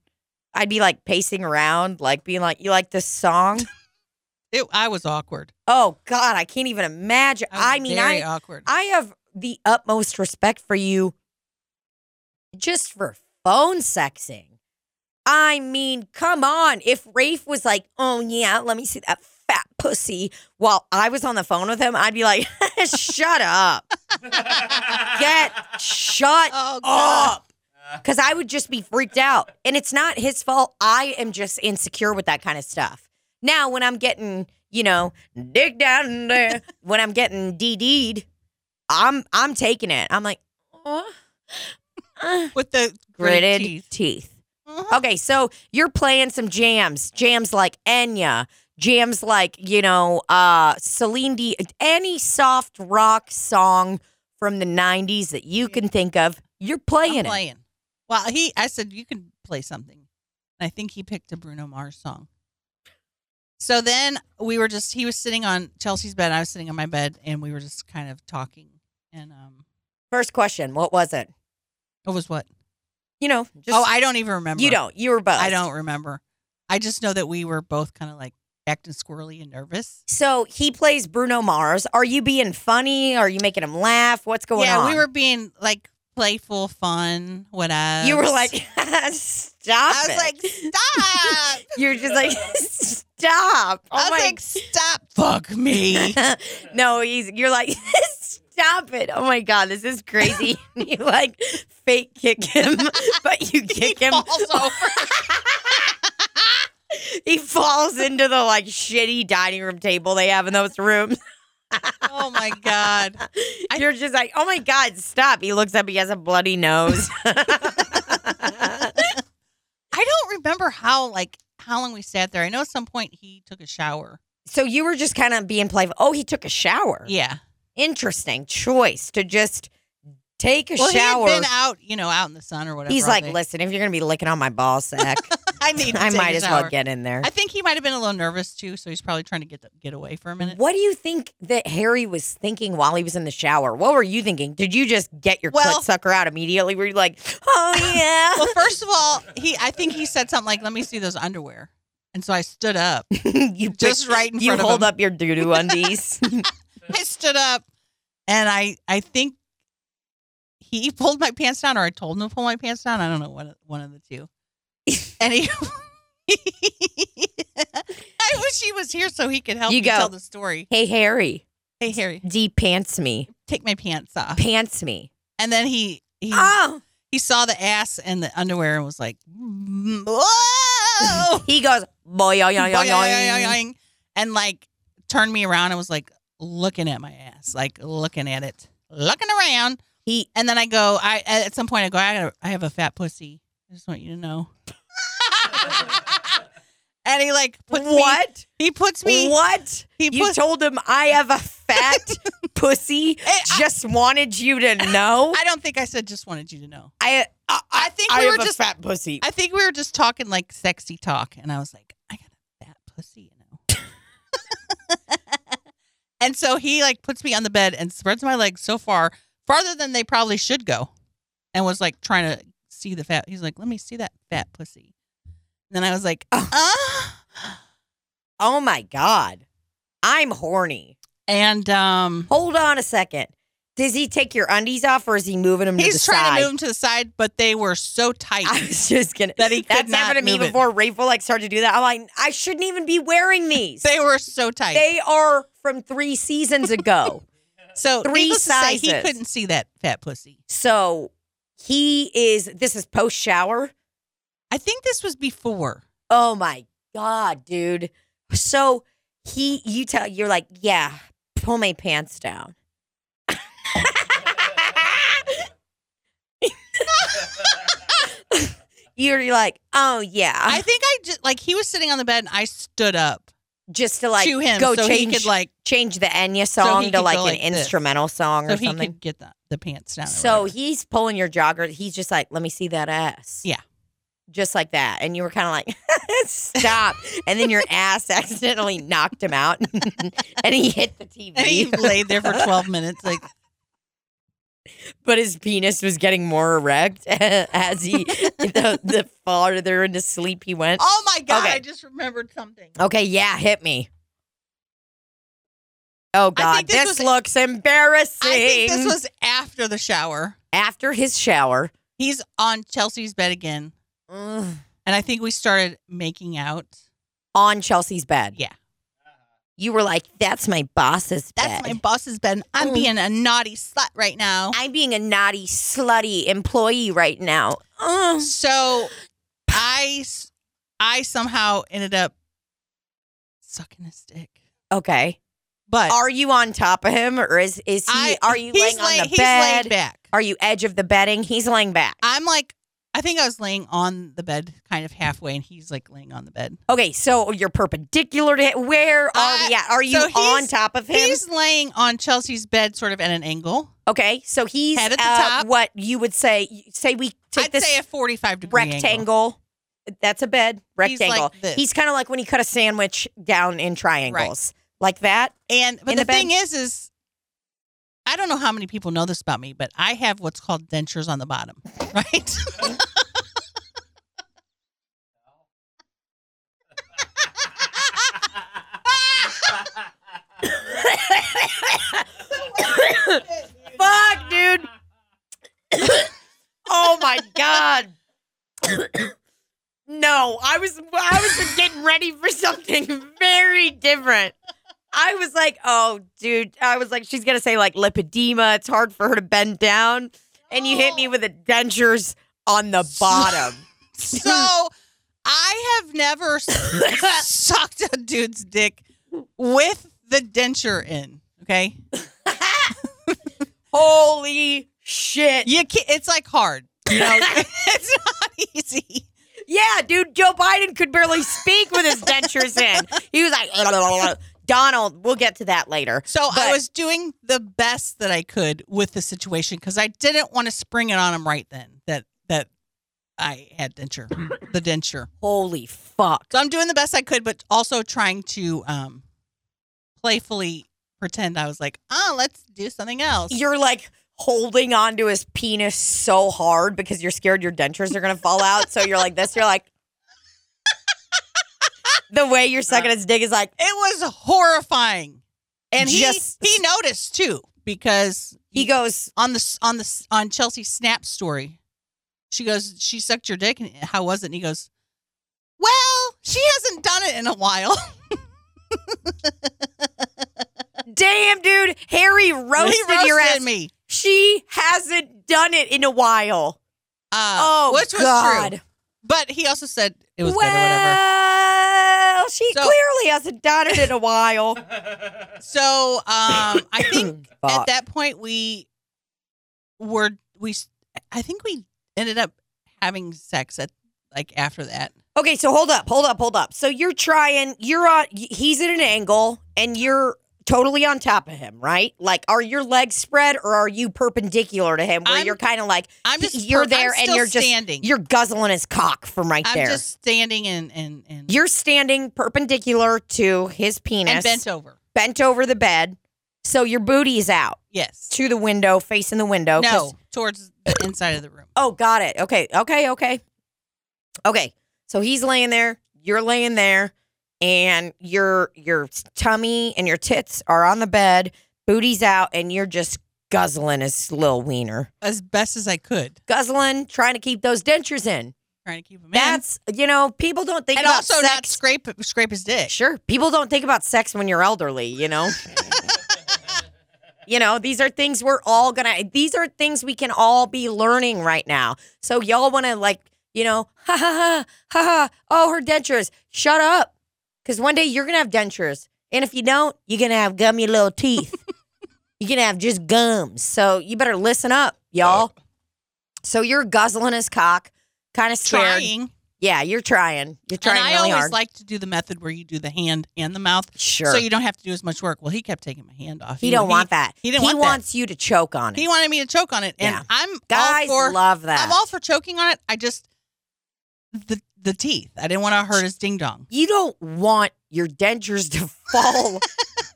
S4: I'd be like pacing around, like being like, you like this song?
S5: It, I was awkward.
S4: oh God, I can't even imagine.
S5: I, was
S4: I, mean, I
S5: very awkward.
S4: I have the utmost respect for you just for phone sexing. I mean, come on. If Rafe was like, oh, yeah, let me see that fat pussy while I was on the phone with him, I'd be like, shut up. Get shut
S5: oh God.
S4: up. Because I would just be freaked out. And it's not his fault. I am just insecure with that kind of stuff. Now, when I'm getting, you know, dig down in there, when I'm getting DD'd, I'm I'm taking it. I'm like, oh, uh,
S5: with the
S4: gritted
S5: gritted teeth.
S4: teeth.
S5: Uh-huh.
S4: Okay, so you're playing some jams, jams like Enya, jams like you know uh Celine D, any soft rock song from the '90s that you can think of. You're playing
S5: I'm
S4: it.
S5: playing. Well, he. I said you can play something. And I think he picked a Bruno Mars song. So then we were just. He was sitting on Chelsea's bed. I was sitting on my bed, and we were just kind of talking. And um,
S4: First question, what was it?
S5: it was what?
S4: You know, just,
S5: oh, I don't even remember.
S4: you don't. You were both.
S5: I don't remember. I just know that we were both kind of like acting squirrely and nervous.
S4: So he plays Bruno Mars. Are you being funny? Are you making him laugh? What's going
S5: yeah,
S4: on?
S5: we were being like playful, fun, whatever.
S4: You were like, stop.
S5: I was
S4: it.
S5: like, stop.
S4: you were just like, stop. Oh
S5: Ah! I was
S4: my
S5: like, stop. Fuck me.
S4: no, he's you're like, stop it. Oh my god, this is crazy. you like fake kick him, but you kick him.
S5: falls over.
S4: He falls into the like shitty dining room table they have in those rooms.
S5: oh my god.
S4: You're just like, oh my god, stop. He looks up, he has a bloody nose.
S5: I don't remember how like how long we sat there. I know at some point he took a shower.
S4: so you were just kind of being playful. Oh, he took a shower.
S5: Yeah.
S4: Interesting choice to just take a
S5: Well,
S4: shower.
S5: he had been out, you know, out in the sun or whatever.
S4: He's
S5: all
S4: like,
S5: day.
S4: listen, if you're gonna be licking on my ball sack,
S5: I need. To
S4: I
S5: take
S4: might
S5: a
S4: as well
S5: shower.
S4: get in there.
S5: I think he might have been a little nervous too, so he's probably trying to get the, get away for a minute.
S4: What do you think that Harry was thinking while he was in the shower? What were you thinking? Did you just get your
S5: Well-
S4: clit sucker out immediately? Were you like, oh yeah?
S5: Well, first of all, he I think he said something like, "Let me see those underwear," and so I stood up.
S4: you
S5: just right in
S4: you
S5: front of
S4: hold
S5: him.
S4: up your doo doo undies.
S5: I stood up, and I I think he pulled my pants down, or I told him to pull my pants down. I don't know one of- one of the two. And he, I wish he was here so he could help
S4: You
S5: me
S4: go.
S5: tell the story.
S4: hey Harry,
S5: Hey Harry,
S4: de pants me,
S5: take my pants off,
S4: pants me.
S5: and then he he
S4: Oh,
S5: he saw the ass and the underwear and was like, "Mm, whoa.
S4: Oh. he goes boy yo yo yo
S5: Boing, boing,
S4: yo.
S5: boing, boing, and like turned me around and was like looking at my ass, like looking at it, looking around.
S4: He
S5: And then I go, I at some point I go, I, gotta, I have a fat pussy. I just want you to know. and he like puts me,
S4: what?
S5: he puts me,
S4: What?
S5: he
S4: You
S5: puts. Eh,
S4: told him I have a fat pussy.
S5: I-
S4: Just wanted you to know.
S5: I don't think I said just wanted you to know.
S4: I I,
S5: I think we were just-
S4: fat pussy.
S5: I think we were just talking like sexy talk, and I was like, I got a fat pussy, you know. and so he like puts me on the bed and spreads my legs so far, farther than they probably should go, and was like trying to see the fat. He's like, let me see that fat pussy. And then I was like, uh.
S4: Oh my God. I'm horny.
S5: and um,
S4: Hold on a second. Does he take your undies off or is he moving them to the
S5: he's trying
S4: side?
S5: to move him to the side, but they were so tight.
S4: I was just gonna.
S5: That he could
S4: That's
S5: not
S4: happened to me
S5: move it.
S4: before. Rafe will like start to do that. I'm like, I shouldn't even be wearing these.
S5: they were so tight.
S4: They are from three seasons ago.
S5: so
S4: three
S5: needless to say, he
S4: sizes.
S5: couldn't see that fat pussy.
S4: so he is. This is post shower.
S5: I think this was before.
S4: Oh my god, dude. So he you tell you're like, yeah, pull my pants down. you're like, oh yeah.
S5: I think I just like he was sitting on the bed and I stood up
S4: just to like
S5: to him
S4: go
S5: so he
S4: change
S5: could like
S4: change the Enya
S5: So he
S4: song
S5: could
S4: to
S5: go
S4: like an
S5: like this.
S4: instrumental song
S5: so
S4: or
S5: he
S4: something.
S5: could get the, the pants down. or
S4: So
S5: whatever.
S4: he's pulling your jogger. He's just like, let me see that ass.
S5: Yeah.
S4: Just like that. And you were kind of like, stop. and then your ass accidentally knocked him out and he hit the TV.
S5: and he laid there for twelve minutes like
S4: but his penis was getting more erect as he, the, the farther into sleep he went.
S5: oh my god
S4: Okay.
S5: I just remembered something.
S4: Okay. Yeah. Hit me. Oh, God.
S5: this was-
S4: This, looks embarrassing.
S5: I think this was after the shower.
S4: After his shower.
S5: He's on Chelsea's bed again,
S4: Ugh.
S5: and I think we started making out.
S4: on Chelsea's bed.
S5: Yeah.
S4: You were like, that's my boss's
S5: That's
S4: bed.
S5: my boss's bed. and I'm
S4: Mm.
S5: being a naughty slut right now.
S4: I'm being a naughty, slutty employee right now. Ugh.
S5: So I s- I somehow ended up sucking his dick.
S4: Okay.
S5: But
S4: Are you on top of him or is is he
S5: I
S4: are you
S5: he's
S4: laying on the
S5: he's
S4: bed?
S5: laid back.
S4: Are you edge of the bedding? He's laying back.
S5: I'm like I think I was laying on the bed kind of halfway and he's like laying on the bed.
S4: Okay, so you're perpendicular to him. Where are
S5: I-
S4: we at? Are you
S5: so he's-
S4: on top of him?
S5: He's laying on Chelsea's bed sort of at an angle.
S4: Okay, so he's
S5: Head at the
S4: uh,
S5: top.
S4: what you would say say we take
S5: I'd
S4: this
S5: say a 45 degree angle.
S4: rectangle. That's a bed.
S5: He's like
S4: Rectangle. He's,
S5: this.
S4: kind of like when he cut a sandwich down in triangles, like that.
S5: And but
S4: In
S5: the,
S4: the bed.
S5: thing is is I don't know how many people know this about me, but I have what's called dentures on the bottom, right?
S4: Fuck, dude. oh my god. no, I was I was getting ready for something very different. I was like, oh, dude. I was like, she's gonna say like lipedema. It's hard for her to bend down, and you hit me with the dentures on the bottom.
S5: so I have never s- sucked a dude's dick with the denture in. Okay,
S4: Holy shit.
S5: you can, it's like hard. You know, it's not easy.
S4: Yeah, dude, Joe Biden could barely speak with his dentures in. He was like, Donald, we'll get to that later.
S5: So I
S4: But-
S5: was doing the best that I could with the situation because I didn't want to spring it on him right then. That that I had denture, the denture.
S4: Holy fuck.
S5: So I'm doing the best I could, but also trying to um playfully pretend I was like, oh, let's do something else.
S4: You're like holding onto his penis so hard because you're scared your dentures are going to fall out. So you're like this. You're like, the way you're sucking
S5: Uh,
S4: his dick is like,
S5: It was horrifying, and he
S4: Just-
S5: he noticed too because
S4: he goes,
S5: on the on the on Chelsea Snap story, she goes, she sucked your dick, and how was it? And he goes, well, she hasn't done it in a while.
S4: damn, dude, Harry roasted,
S5: he roasted
S4: your ass.
S5: me.
S4: She hasn't done it in a while.
S5: Uh,
S4: Oh,
S5: which was
S4: God.
S5: true. But he also said it was
S4: well,
S5: good or whatever.
S4: she
S5: So-
S4: clearly hasn't done it in a while.
S5: So um, I think at
S4: Fuck.
S5: that point we were we s- I think we ended up having sex at like after that.
S4: okay, so hold up, hold up, hold up. So you're trying, you're on, he's at an angle and you're totally on top of him, right? Like, are your legs spread or are you perpendicular to him where
S5: I'm-
S4: you're kind of like,
S5: I'm just
S4: You're
S5: per-
S4: there
S5: I'm
S4: and
S5: still
S4: you're just-
S5: standing.
S4: you're guzzling his cock from right
S5: I'm
S4: there?
S5: just standing and and and,
S4: you're standing perpendicular to his penis,
S5: and bent over.
S4: bent over the bed. So your booty's out
S5: Yes.
S4: to the window, facing the window. 'cause-
S5: No, towards the inside of the room.
S4: Oh, got it. Okay, okay, okay. Okay. So he's laying there, you're laying there, and your your tummy and your tits are on the bed, booty's out, and you're just guzzling his little wiener.
S5: As best as I could,
S4: Guzzling, trying to keep those dentures in.
S5: trying to keep him
S4: That's you know, people don't
S5: in.
S4: think
S5: And
S4: about
S5: also not
S4: sex.
S5: scrape scrape his dick.
S4: sure. People don't think about sex when you're elderly, you know? You know, these are things we're all gonna, these are things we can all be learning right now. So, y'all wanna, like, you know, ha ha ha, ha ha, oh, her dentures, shut up. Cause one day you're gonna have dentures And if you don't, you're going to have gummy little teeth. you're going to have just gums. So you better listen up, y'all. So you're guzzling his cock, kind of scared.
S5: Trying.
S4: Yeah, you're trying. You're
S5: And
S4: trying
S5: I
S4: really
S5: always
S4: hard.
S5: like to do the method where you do the hand and the mouth,
S4: sure.
S5: so you don't have to do as much work. Well, he kept taking my hand off.
S4: he don't want that.
S5: he didn't want that.
S4: wants you to choke on it.
S5: He wanted me to choke on it, and
S4: Yeah.
S5: I'm
S4: Guys
S5: all for.
S4: love that.
S5: I'm all for choking on it. I just the the teeth. I didn't want to hurt his ding dong.
S4: you don't want your dentures to fall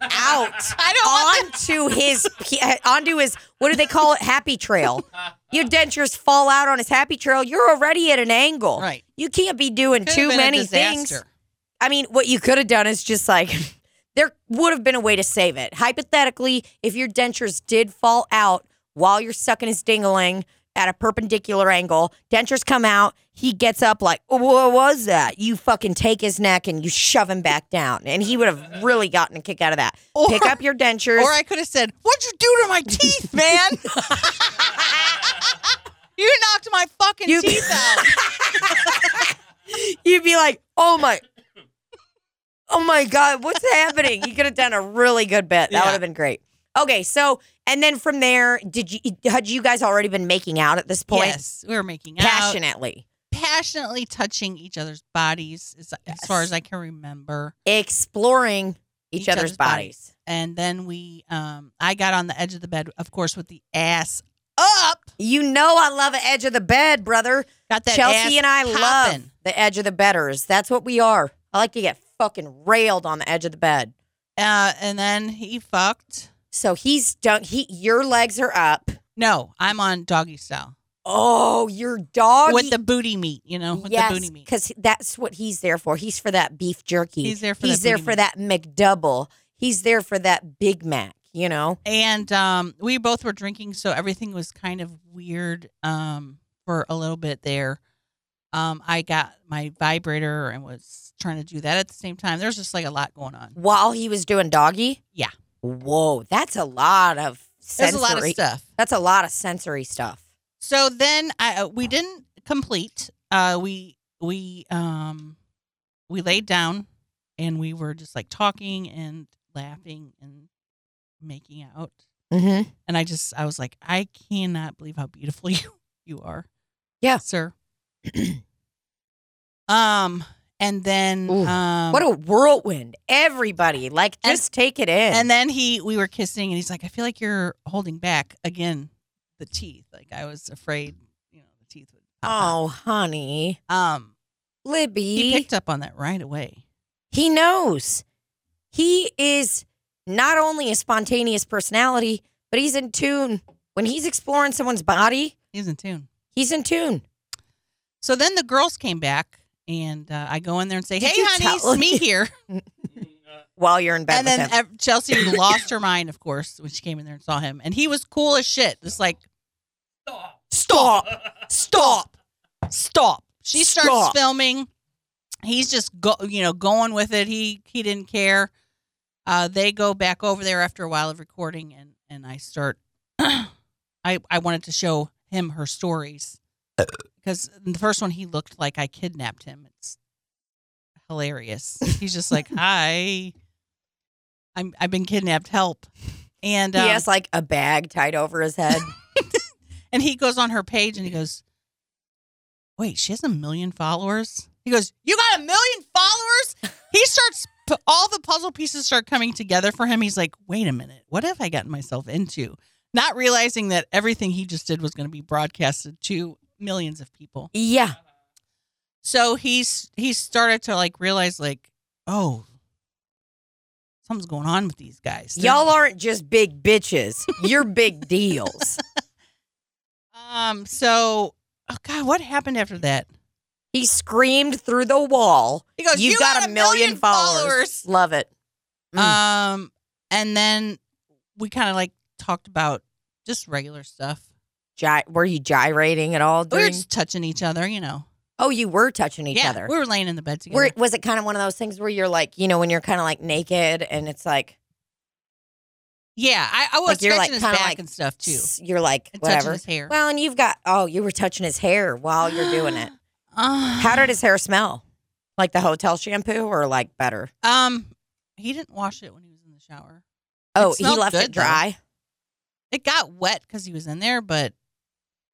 S4: out.
S5: I don't want
S4: onto his onto his what do they call it happy trail your dentures fall out on his happy trail you're already at an angle
S5: that. Right.
S4: you can't be doing
S5: Could have
S4: too
S5: been a
S4: many things
S5: disaster.
S4: i mean what you could have done is just like there would have been a way to save it hypothetically if your dentures did fall out while you're sucking his dingling at a perpendicular angle dentures come out he gets up like what was that you fucking take his neck and you shove him back down and he would have really gotten a kick out of that
S5: Or-
S4: pick up your dentures
S5: Or I could have said, "What'd you do to my teeth, man? you knocked my fucking
S4: You-
S5: teeth out."
S4: You'd be like, oh my, oh my God, what's happening? You could have done a really good bit. That
S5: Yeah.
S4: would have been great. Okay, so and then from there, did you had you guys already been making out at this point?
S5: Yes, we were making out,
S4: Passionately.
S5: passionately touching each other's bodies, as, as far as I can remember.
S4: Exploring each,
S5: Each
S4: other's,
S5: other's
S4: bodies.
S5: And then we, um, I got on the edge of the bed, of course, with the ass up.
S4: You know I love an edge of the bed, brother.
S5: Got that ass
S4: Chelsea and I love
S5: poppin'.
S4: the edge of the bedders. That's what we are. I like to get fucking railed on the edge of the bed.
S5: Uh, and then he fucked.
S4: So he's done he your legs are up.
S5: No, I'm on doggy style
S4: Oh, your dog e
S5: with the booty meat. You know, with the booty meat.
S4: because that's what he's there for. He's for that beef jerky.
S5: He's there for
S4: He's
S5: that
S4: there
S5: booty
S4: for
S5: meat.
S4: that McDouble. He's there for that Big Mac. You know,
S5: And um, we both were drinking, so everything was kind of weird um, for a little bit there. Um, I got my vibrator and was trying to do that at the same time. There's just like a lot going on.
S4: while he was doing doggy.
S5: Yeah.
S4: Whoa, that's a lot of sensory.
S5: There's a lot of stuff.
S4: That's a lot of sensory stuff.
S5: So then I uh, we didn't complete. Uh, we we um we laid down and we were just like talking and laughing and making out.
S4: Mm-hmm.
S5: And I just I was like, I cannot believe how beautiful you you are.
S4: Yeah.
S5: sir. um, and then
S4: Ooh,
S5: um,
S4: what a whirlwind! Everybody, like,
S5: And-
S4: just take it in.
S5: and then he we were kissing and he's like, I feel like you're holding back again the teeth. Like I was afraid, you know, the teeth would. pop
S4: oh, honey,
S5: out. um.
S4: Libby,
S5: He picked up on that right away.
S4: He knows. He is not only a spontaneous personality, but he's in tune. When he's exploring someone's body,
S5: He's in tune.
S4: he's in tune.
S5: So then the girls came back, and uh, I go in there and say,
S4: Did
S5: "Hey,
S4: you
S5: honey,
S4: tell-
S5: it's me here."
S4: While you're in bed
S5: and
S4: with
S5: then
S4: him,
S5: ev- Chelsea lost her mind, of course, when she came in there and saw him, and he was cool as shit. Just like
S4: stop, stop.
S5: stop. She starts
S4: Stop.
S5: filming. He's just go, you know, going with it. He he didn't care. Uh, they go back over there after a while of recording, and and I start. I I wanted to show him her stories because in the first one he looked like I kidnapped him. It's hilarious. He's just like, hi, I'm I've been kidnapped. Help. And um,
S4: He has like a bag tied over his head.
S5: and he goes on her page and he goes, Wait, she has a million followers? He goes, You got a million followers? He starts, pu- all the puzzle pieces start coming together for him. He's like, Wait a minute, what have I gotten myself into? Not realizing that everything he just did was going to be broadcasted to millions of people.
S4: yeah,
S5: So he's he started to like realize like, oh, something's going on with these guys. They're-
S4: y'all aren't just big bitches. You're big deals.
S5: um. So, oh god, what happened after that?
S4: He screamed through the wall.
S5: He goes,
S4: You've
S5: "You
S4: got, a million, followers. Love it. Mm.
S5: Um, and then we kind of like talked about just regular stuff.
S4: Gy- were you gyrating at all?
S5: We were
S4: During-
S5: just touching each other, you know.
S4: oh, you were touching each
S5: yeah,
S4: other.
S5: we were laying in the bed together.
S4: Where was it kind of one of those things where you're like, you know, when you're kind of like naked and it's like
S5: yeah, I, I was
S4: Like, you're,
S5: scratching
S4: like,
S5: his
S4: kinda
S5: back
S4: like
S5: and stuff too,
S4: s- you're like
S5: and touching
S4: whatever.
S5: his hair.
S4: Well, and you've got oh, you were touching his hair while you're doing it.
S5: Uh,
S4: How did his hair smell? Like the hotel shampoo or like better?
S5: um? He didn't wash it when he was in the shower.
S4: Oh, he
S5: smelled
S4: left
S5: good,
S4: it dry.
S5: It got wet because he was in there, but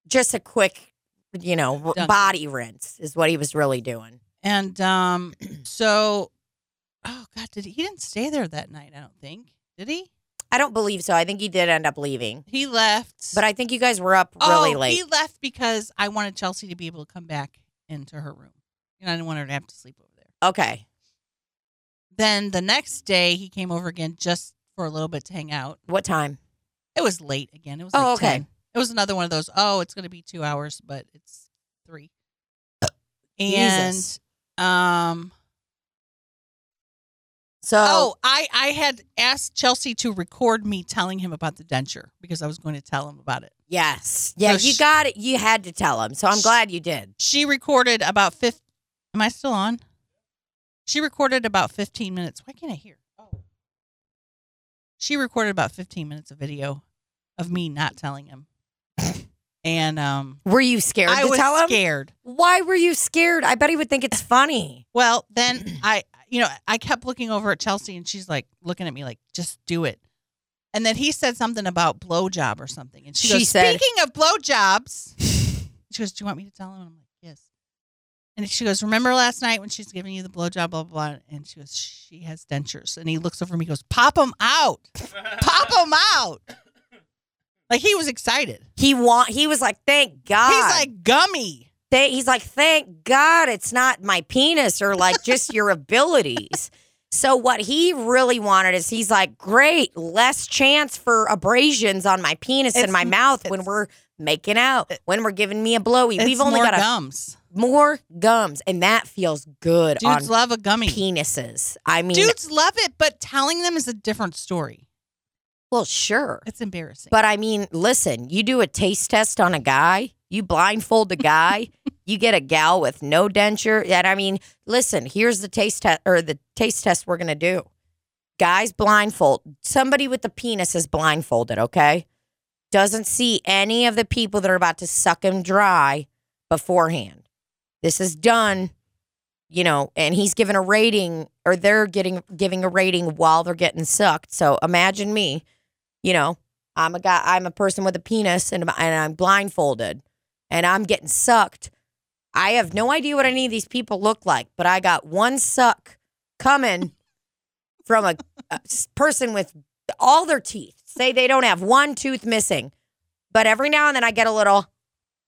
S4: Just a quick, you know, r-
S5: Dunk.
S4: body rinse is what he was really doing.
S5: and um, so oh god, did he, he didn't stay there that night? I don't think did he?
S4: I don't believe so. I think he did end up leaving,
S5: He left,
S4: but I think you guys were up
S5: oh,
S4: really late.
S5: He left because I wanted Chelsea to be able to come back into her room, and I didn't want her to have to sleep over there.
S4: okay,
S5: Then the next day, he came over again just for a little bit to hang out.
S4: what time?
S5: It was late again. It was
S4: Oh,
S5: like
S4: okay.
S5: 10. It was another one of those. Oh, it's going to be two hours, but it's three. And
S4: Jesus.
S5: um,
S4: So,
S5: oh, I I had asked Chelsea to record me telling him about the denture because I was going to tell him about it.
S4: yes, yeah,
S5: So
S4: you
S5: sh-
S4: got it. You had to tell him, so I'm glad you did.
S5: She recorded about fifth. Am I still on? She recorded about fifteen minutes. Why can't I hear? Oh. She recorded about fifteen minutes of video of me not telling him, and um,
S4: Were you scared
S5: I
S4: to
S5: was
S4: tell him?
S5: scared.
S4: Why were you scared? I bet he would think it's funny.
S5: Well, then I, you know, I kept looking over at Chelsea and she's like looking at me like, just do it. And then he said something about blowjob or something. And she,
S4: She
S5: goes,
S4: said-
S5: speaking of blowjobs, she goes, do you want me to tell him? And I'm like, yes. And she goes, remember last night when she's giving you the blowjob, blah, blah, blah. And she goes, she has dentures. And he looks over me, he goes, pop them out, pop them out. Like he was excited.
S4: He want. He was like, thank God.
S5: He's like gummy.
S4: Thank- he's like, thank God it's not my penis or like just your abilities. So what he really wanted is he's like, great, less chance for abrasions on my penis
S5: It's
S4: and my
S5: m-
S4: mouth when
S5: it's-
S4: we're making out, when we're giving me a blowy.
S5: It's
S4: We've only
S5: more
S4: got a,
S5: gums.
S4: more gums, and that feels good
S5: Dudes
S4: on
S5: love a gummy.
S4: penises. I mean,
S5: Dudes love it, but telling them is a different story.
S4: well, sure,
S5: It's embarrassing.
S4: but I mean, listen, you do a taste test on a guy, you blindfold a guy, you get a gal with no denture. And I mean, listen, here's the taste test or the taste test we're gonna do. Guys blindfold. Somebody with the penis is blindfolded, okay? Doesn't see any of the people that are about to suck him dry beforehand. This is done, you know, and he's given a rating or they're getting giving a rating while they're getting sucked. So imagine me, you know, I'm a guy. I'm a person with a penis, and and I'm blindfolded, and I'm getting sucked. I have no idea what any of these people look like, but I got one suck coming from a, a s- person with all their teeth. Say they don't have one tooth missing, but every now and then I get a little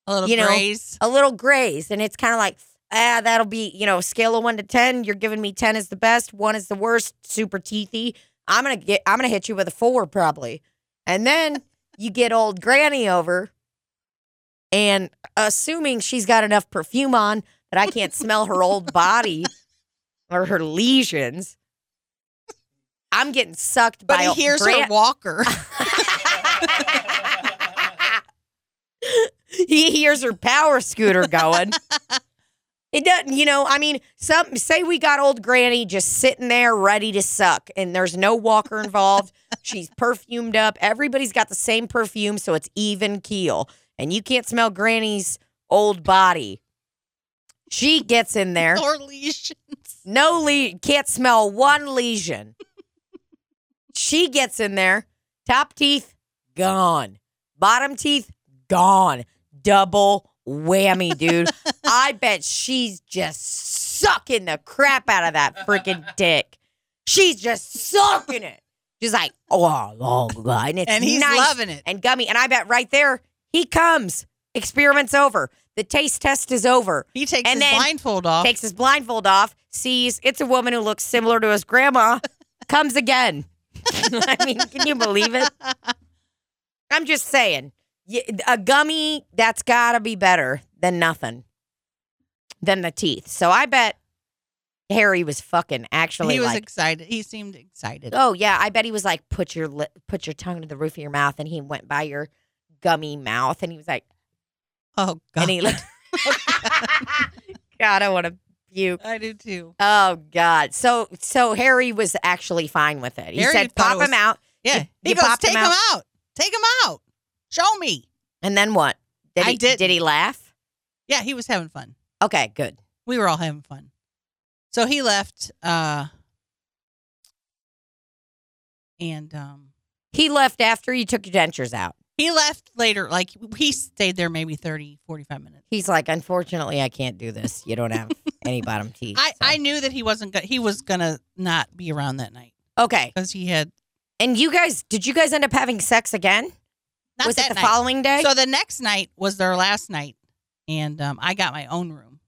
S5: a little
S4: you know,
S5: graze.
S4: a little grazed, and it's kind of like ah, that'll be you know scale of one to ten. You're giving me ten is the best, one is the worst. Super teethy. I'm gonna get. I'm gonna hit you with a four probably, and then you get old Granny over, and assuming she's got enough perfume on that I can't smell her old body or her lesions. I'm getting sucked
S5: But
S4: by
S5: he
S4: old
S5: hears
S4: Gran-
S5: her walker.
S4: he hears her power scooter going. It doesn't, you know. I mean, some say we got old granny just sitting there ready to suck, and there's no walker involved. She's perfumed up. Everybody's got the same perfume, so it's even keel, and you can't smell granny's old body. She gets in there.
S5: or leash.
S4: No le can't smell one lesion. she gets in there, top teeth gone, bottom teeth gone, double whammy, dude. I bet she's just sucking the crap out of that freaking dick. She's just sucking it. She's like, oh, oh, oh," and it's
S5: And he's
S4: nice
S5: loving it.
S4: and gummy. And I bet right there he comes. Experiment's over. The taste test is over
S5: He takes
S4: And
S5: his
S4: then
S5: blindfold off.
S4: takes his blindfold off, sees it's a woman who looks similar to his grandma, comes again. I mean, can you believe it? I'm just saying, y- a gummy that's got to be better than nothing, than the teeth. So I bet Harry was fucking actually
S5: he was
S4: like,
S5: excited. He seemed excited.
S4: oh yeah, I bet he was like, put your lip, put your tongue to the roof of your mouth, and he went by your gummy mouth, and he was like,
S5: Oh, God.
S4: and he looked. God, I want to puke.
S5: I do too.
S4: Oh God! So so Harry was actually fine with it. He
S5: Harry
S4: said,
S5: thought it
S4: "Pop
S5: was-
S4: him out,"
S5: Yeah.
S4: You-
S5: he
S4: you
S5: goes,
S4: popped him
S5: take him out.
S4: out?"
S5: Take him out. Show me.
S4: and then what? Did
S5: I
S4: he
S5: didn't.
S4: did he laugh?
S5: Yeah, he was having fun.
S4: Okay, good.
S5: We were all having fun. So he left. Uh, and um,
S4: He left after you took your dentures out.
S5: he left later. Like he stayed there maybe 30, 45 minutes.
S4: He's like, unfortunately, I can't do this. You don't have any bottom teeth.
S5: I,
S4: so.
S5: I knew that he wasn't gonna he was gonna not be around that night
S4: okay.
S5: because he had
S4: And you guys, did you guys end up having sex again?
S5: not
S4: was
S5: that
S4: it the
S5: night.
S4: following day?
S5: So the next night was their last night, and um, I got my own room.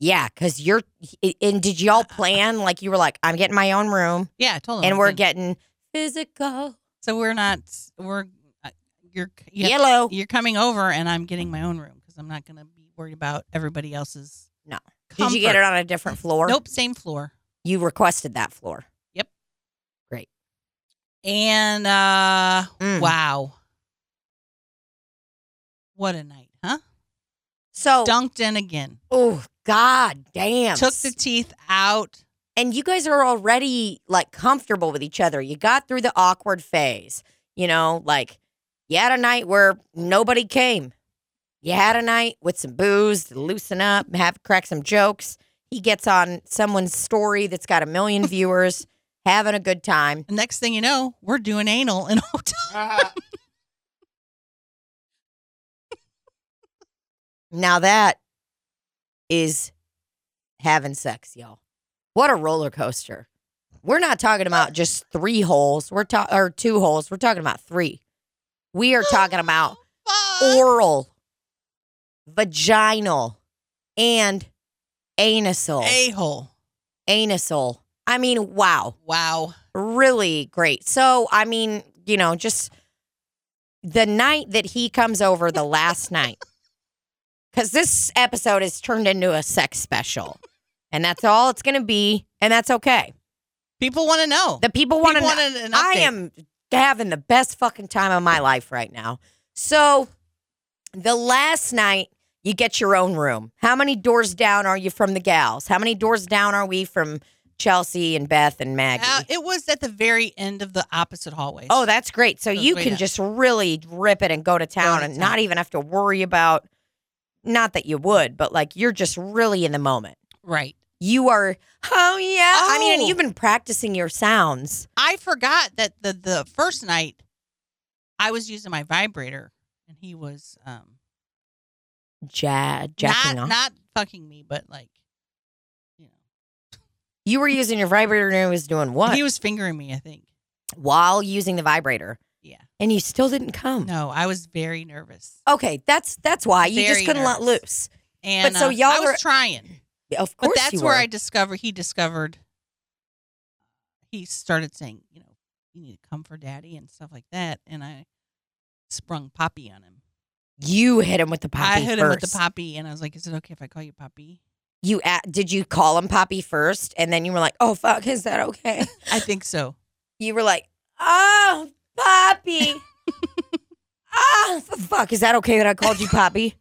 S4: yeah, because you're. And did y'all plan like you were like, I'm getting my own room,
S5: Uh-uh. Oh, Yeah, I told him.
S4: and
S5: I
S4: we're
S5: said,
S4: getting physical
S5: so we're not we're uh, you're you have-
S4: yellow.
S5: you're coming over, and I'm getting my own room because I'm not gonna be worried about everybody else's.
S4: No. Did you get
S5: comfort.
S4: it on a different floor?
S5: Nope, same floor.
S4: You requested that floor.
S5: And uh,
S4: Mm.
S5: wow, what a night, huh?
S4: So,
S5: Dunked in again.
S4: oh god damn.
S5: Took the teeth out.
S4: and you guys are already like comfortable with each other. You got through the awkward phase, you know, like you had a night where nobody came. You had a night with some booze to loosen up, have crack some jokes. He gets on someone's story that's got a million viewers, having a good time.
S5: And next thing you know, we're doing anal in a hotel.
S4: Now that is having sex, y'all. What a roller coaster. We're not talking about just three holes. We're ta- or two holes. We're talking about three. We are talking about
S5: Fuck.
S4: oral, vaginal, and anusal.
S5: a hole.
S4: anusal. I mean, wow.
S5: Wow.
S4: Really great. So, I mean, you know, just the night that he comes over, the last night, because this episode has turned into a sex special. And that's all it's going to be. And that's okay.
S5: People want to know.
S4: The people want
S5: People
S4: to know.
S5: wanted an
S4: I
S5: update.
S4: am having the best fucking time of my life right now. So, the last night you get your own room. How many doors down are you from the gals? How many doors down are we from Chelsea and Beth and Maggie?
S5: Uh, it was at the very end of the opposite hallway.
S4: oh, that's great. So
S5: Those
S4: you
S5: way
S4: can
S5: down.
S4: just really rip it and go to town
S5: to
S4: and
S5: town.
S4: not even have to worry about not that you would, but like you're just really in the moment.
S5: right.
S4: You are, oh yeah. I mean,
S5: Oh.
S4: and you've been practicing your sounds.
S5: I forgot that the the first night I was using my vibrator and he was um
S4: Ja- jacking
S5: not
S4: off.
S5: not fucking me, but like you know
S4: You were using your vibrator and it was doing what?
S5: he was fingering me. I think.
S4: While using the vibrator.
S5: Yeah.
S4: And you still didn't come.
S5: No, I was very nervous.
S4: Okay, that's that's why you just
S5: Very
S4: couldn't let
S5: nervous.
S4: loose.
S5: And
S4: so
S5: uh,
S4: y'all
S5: I was
S4: were-
S5: trying,
S4: Of
S5: but
S4: course,
S5: that's
S4: you
S5: where
S4: were.
S5: I discovered he discovered. He started saying, you know, you need to come for daddy and stuff like that, and I sprung Poppy on him.
S4: you hit him with the poppy.
S5: I hit
S4: first.
S5: him with the poppy, and I was like, "Is it okay if I call you poppy?"
S4: You a did you call him poppy first, and then you were like, "Oh fuck, is that okay?"
S5: I think so.
S4: you were like, "Oh poppy, ah fuck, is that okay that I called you poppy?"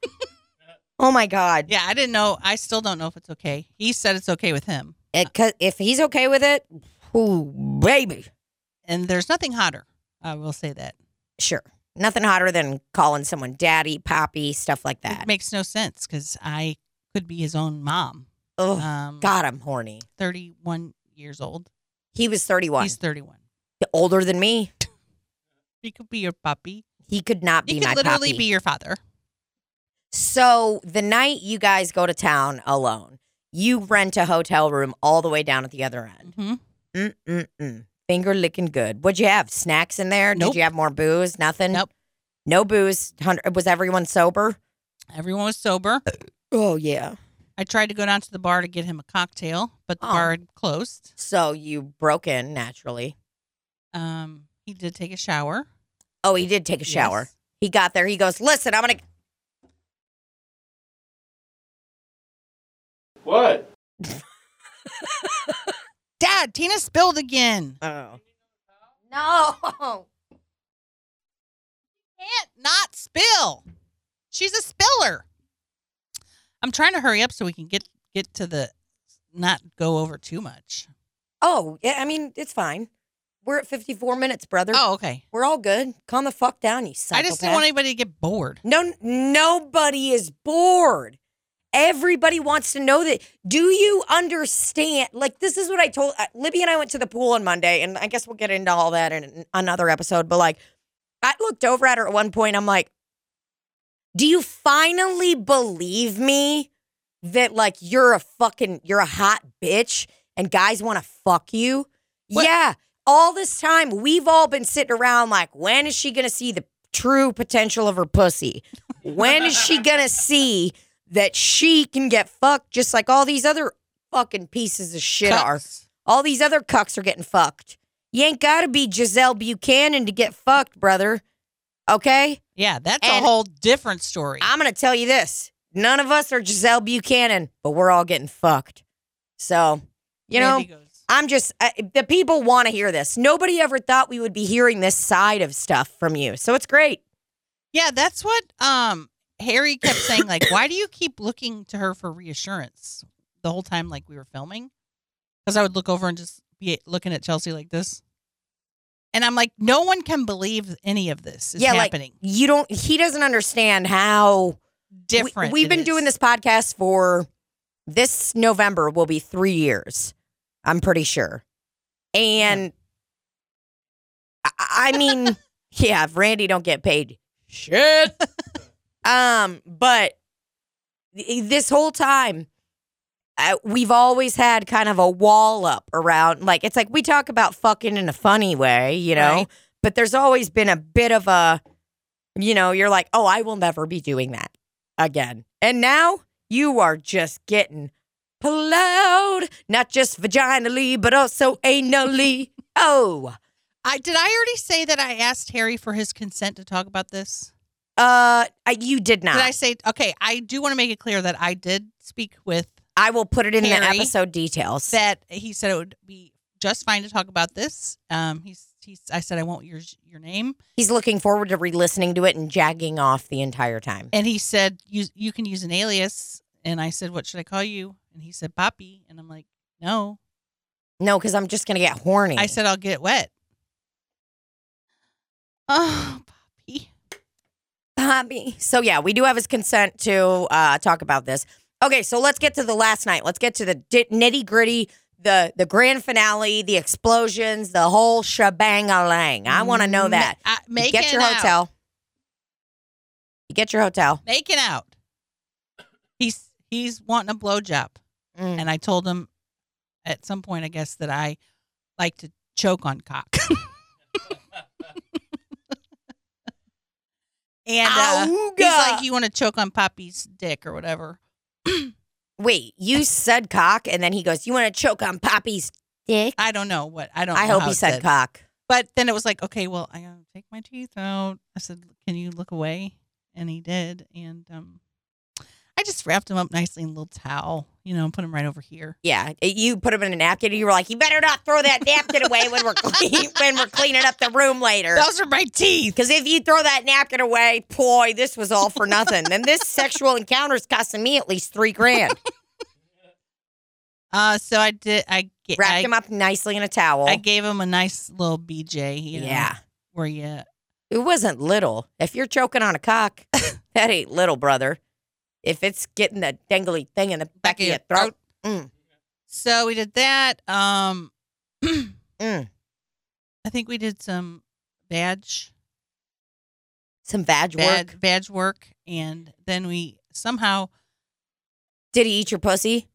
S4: oh my god,
S5: Yeah, I didn't know. I still don't know if it's okay. He said it's okay with him,
S4: It- 'cause if he's okay with it, ooh, baby,
S5: and there's nothing hotter. I will say that
S4: sure. Nothing hotter than calling someone daddy, poppy, stuff like that.
S5: it makes no sense because I could be his own mom.
S4: Oh
S5: Um,
S4: God, I'm horny.
S5: 31 years old.
S4: He was 31,
S5: He's 31.
S4: older than me.
S5: He could be your puppy.
S4: He could not be
S5: He
S4: my
S5: could literally
S4: puppy.
S5: be your father.
S4: so the night you guys go to town alone, you rent a hotel room all the way down at the other end.
S5: hmm
S4: Mm-mm-mm. Finger licking good. What'd you have? Snacks in there?
S5: Nope.
S4: Did you have more booze? Nothing.
S5: Nope.
S4: No booze. Hun- Was everyone sober?
S5: Everyone was sober.
S4: Oh yeah.
S5: I tried to go down to the bar to get him a cocktail, but the
S4: Oh.
S5: bar had closed.
S4: So you broke in naturally.
S5: Um, he did take a shower.
S4: Oh, he did take a shower.
S5: Yes.
S4: He got there. He goes, "Listen, I'm gonna."
S1: What?
S5: Dad, Tina spilled again.
S4: Oh. No.
S5: can't not spill. She's a spiller. I'm trying to hurry up so we can get get to the not go over too much.
S4: Oh yeah. I mean, it's fine. We're at 54 minutes, brother.
S5: Oh, okay.
S4: We're all good. Calm the fuck down, you psychopath.
S5: I just didn't want anybody to get bored.
S4: No, nobody is bored. Everybody wants to know that. Do you understand? Like, this is what I told uh, Libby and I went to the pool on Monday, and I guess we'll get into all that in an- another episode. But like, I looked over at her at one point. I'm like, do you finally believe me that like you're a fucking, you're a hot bitch and guys want to fuck you?
S5: What-
S4: Yeah. All this time, we've all been sitting around like, when is she going to see the true potential of her pussy? When is she gonna see that she can get fucked just like all these other fucking pieces of shit are?
S5: Cucks.
S4: All these other cucks are getting fucked. You ain't gotta be Giselle Buchanan to get fucked, brother. Okay?
S5: Yeah, that's
S4: And-
S5: a whole different story.
S4: I'm gonna tell you this. None of us are Giselle Buchanan, but we're all getting fucked. So, you know,
S5: Randy goes,
S4: I'm just, I, the people wanna hear this. Nobody ever thought we would be hearing this side of stuff from you. So it's great.
S5: yeah, that's what um Harry kept saying. Like, why do you keep looking to her for reassurance the whole time? Like we were filming, because I would look over and just be looking at Chelsea like this, and I'm like, no one can believe any of this is
S4: Yeah, like,
S5: happening.
S4: You don't, he doesn't understand how We-
S5: Different.
S4: we've
S5: it
S4: been
S5: is.
S4: doing this podcast for this November will be three years. I'm pretty sure. And I, I mean, yeah, if Randy don't get paid, shit. um, but th- this whole time, uh, we've always had kind of a wall up around. Like it's like we talk about fucking in a funny way, you know.
S5: Right.
S4: But there's always been a bit of a, you know, you're like, oh, I will never be doing that again. And now you are just getting plowed, not just vaginally, but also anally. Oh,
S5: I did. I already say that I asked Harry for his consent to talk about this.
S4: uh, I- you did not.
S5: Did I
S4: I,
S5: say okay? I do want to make it clear that I did speak with
S4: will put it in
S5: Harry,
S4: the episode details.
S5: that. He said it would be just fine to talk about this. Um, he's he's. I said I won't use your name,
S4: He's looking forward to re-listening to it and jagging off the entire time.
S5: and he said you you can use an alias. And I said, what should I call you? And he said, Poppy. And I'm like, no.
S4: No, because I'm just gonna get horny.
S5: I said I'll get wet. Oh, Poppy.
S4: Bobby. So yeah, we do have his consent to uh, talk about this. Okay, so let's get to the last night. Let's get to the di- nitty gritty, the the grand finale, the explosions, the whole shebang a lang. I want to know that.
S5: Ma- I-
S4: You
S5: making
S4: get your
S5: out.
S4: hotel. You get your hotel.
S5: Making out. He's he's wanting a blowjob.
S4: Mm.
S5: and I told him at some point, I guess, that I like to choke on cock. and uh, he's
S4: Auga.
S5: like, "You want to choke on Poppy's dick or whatever?"
S4: Wait, you said cock, and then he goes, "You want to choke on Poppy's dick?"
S5: I don't know what I don't.
S4: I
S5: know
S4: hope
S5: how
S4: he
S5: it
S4: said cock.
S5: But then it was like, "Okay, well, I gotta take my teeth out." I said, "Can you look away?" And he did, and um, I just wrapped him up nicely in a little towel, you know, and put him right over here.
S4: Yeah, you put him in a napkin, and you were like, "You better not throw that napkin away when we're clean, when we're cleaning up the room later."
S5: Those are my teeth.
S4: Because if you throw that napkin away, boy, this was all for nothing. then this sexual encounter's costing me at least three grand.
S5: Uh, so I did. I get
S4: Wrapped
S5: I,
S4: him up nicely in a towel.
S5: I gave him a nice little BJ. You know,
S4: Yeah,
S5: Where you?
S4: it wasn't little. If you're choking on a cock, that ain't little, brother. If it's getting that dangly thing in the back, of your throat, Mm.
S5: So we did that. Um,
S4: Mm.
S5: I think we did some badge,
S4: some vag
S5: badge,
S4: work.
S5: badge work, and then we somehow
S4: Did he eat your pussy?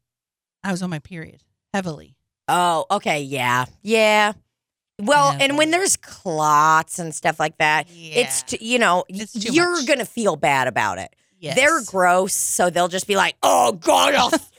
S5: I was on my period heavily.
S4: Oh, okay, yeah, yeah. Well,
S5: Yeah,
S4: and when
S5: but-
S4: there's clots and stuff like that, it's t- you know y-
S5: It's too
S4: you're
S5: much.
S4: gonna feel bad about it.
S5: yes.
S4: They're gross, so they'll just be like, "Oh God, I'll s-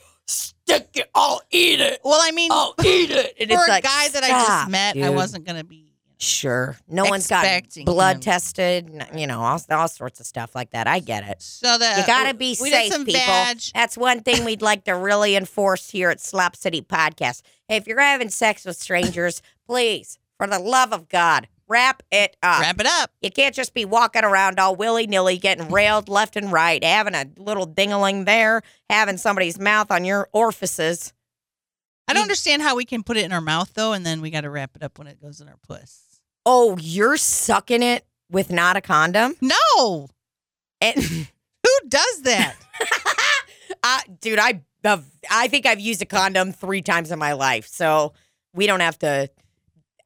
S4: stick it, I'll eat it,
S5: well. I mean,
S4: I'll eat it." Oh, And
S5: for
S4: it's
S5: a
S4: like,
S5: guy that I
S4: "Stop,
S5: just met, I
S4: dude."
S5: wasn't gonna be.
S4: Sure, no one's got
S5: Expecting
S4: blood
S5: him.
S4: tested, n- you know, all, all sorts of stuff like that. I get it.
S5: So that
S4: You gotta be
S5: we
S4: safe,
S5: did some
S4: people.
S5: badge.
S4: That's one thing we'd like to really enforce here at Slop City Podcast. If you're having sex with strangers, please, for the love of God, wrap it up.
S5: Wrap it up.
S4: You can't just be walking around all willy nilly, getting railed left and right, having a little dingaling there, having somebody's mouth on your orifices.
S5: I don't
S4: You-
S5: understand how we can put it in our mouth though, and then we got to wrap it up when it goes in our puss.
S4: Oh, you're sucking it with not a condom?
S5: No,
S4: And
S5: who does that?
S4: I, dude, I, have I think I've used a condom three times in my life, so we don't have to.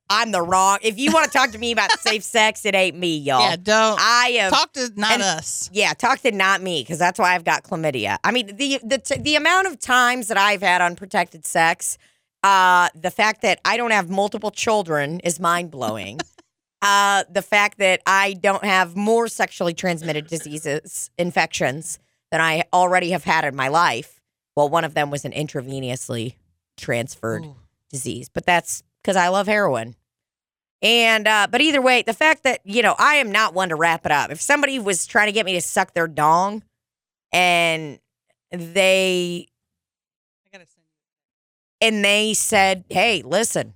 S4: I'm the wrong. If you want to talk to me about safe sex, it ain't me, y'all.
S5: Yeah, don't
S4: I have
S5: talk to not
S4: and-
S5: us.
S4: yeah, talk to not me because that's why I've got chlamydia. I mean, the the t- the amount of times that I've had unprotected sex, uh, the fact that I don't have multiple children is mind blowing. uh, the fact that I don't have more sexually transmitted diseases infections than I already have had in my life. Well, one of them was an intravenously transferred
S5: Ooh.
S4: disease, but that's because I love heroin. And uh, but either way, the fact that you know I am not one to wrap it up. If somebody was trying to get me to suck their dong, and they
S5: I gotta send
S4: and they said, "Hey, listen,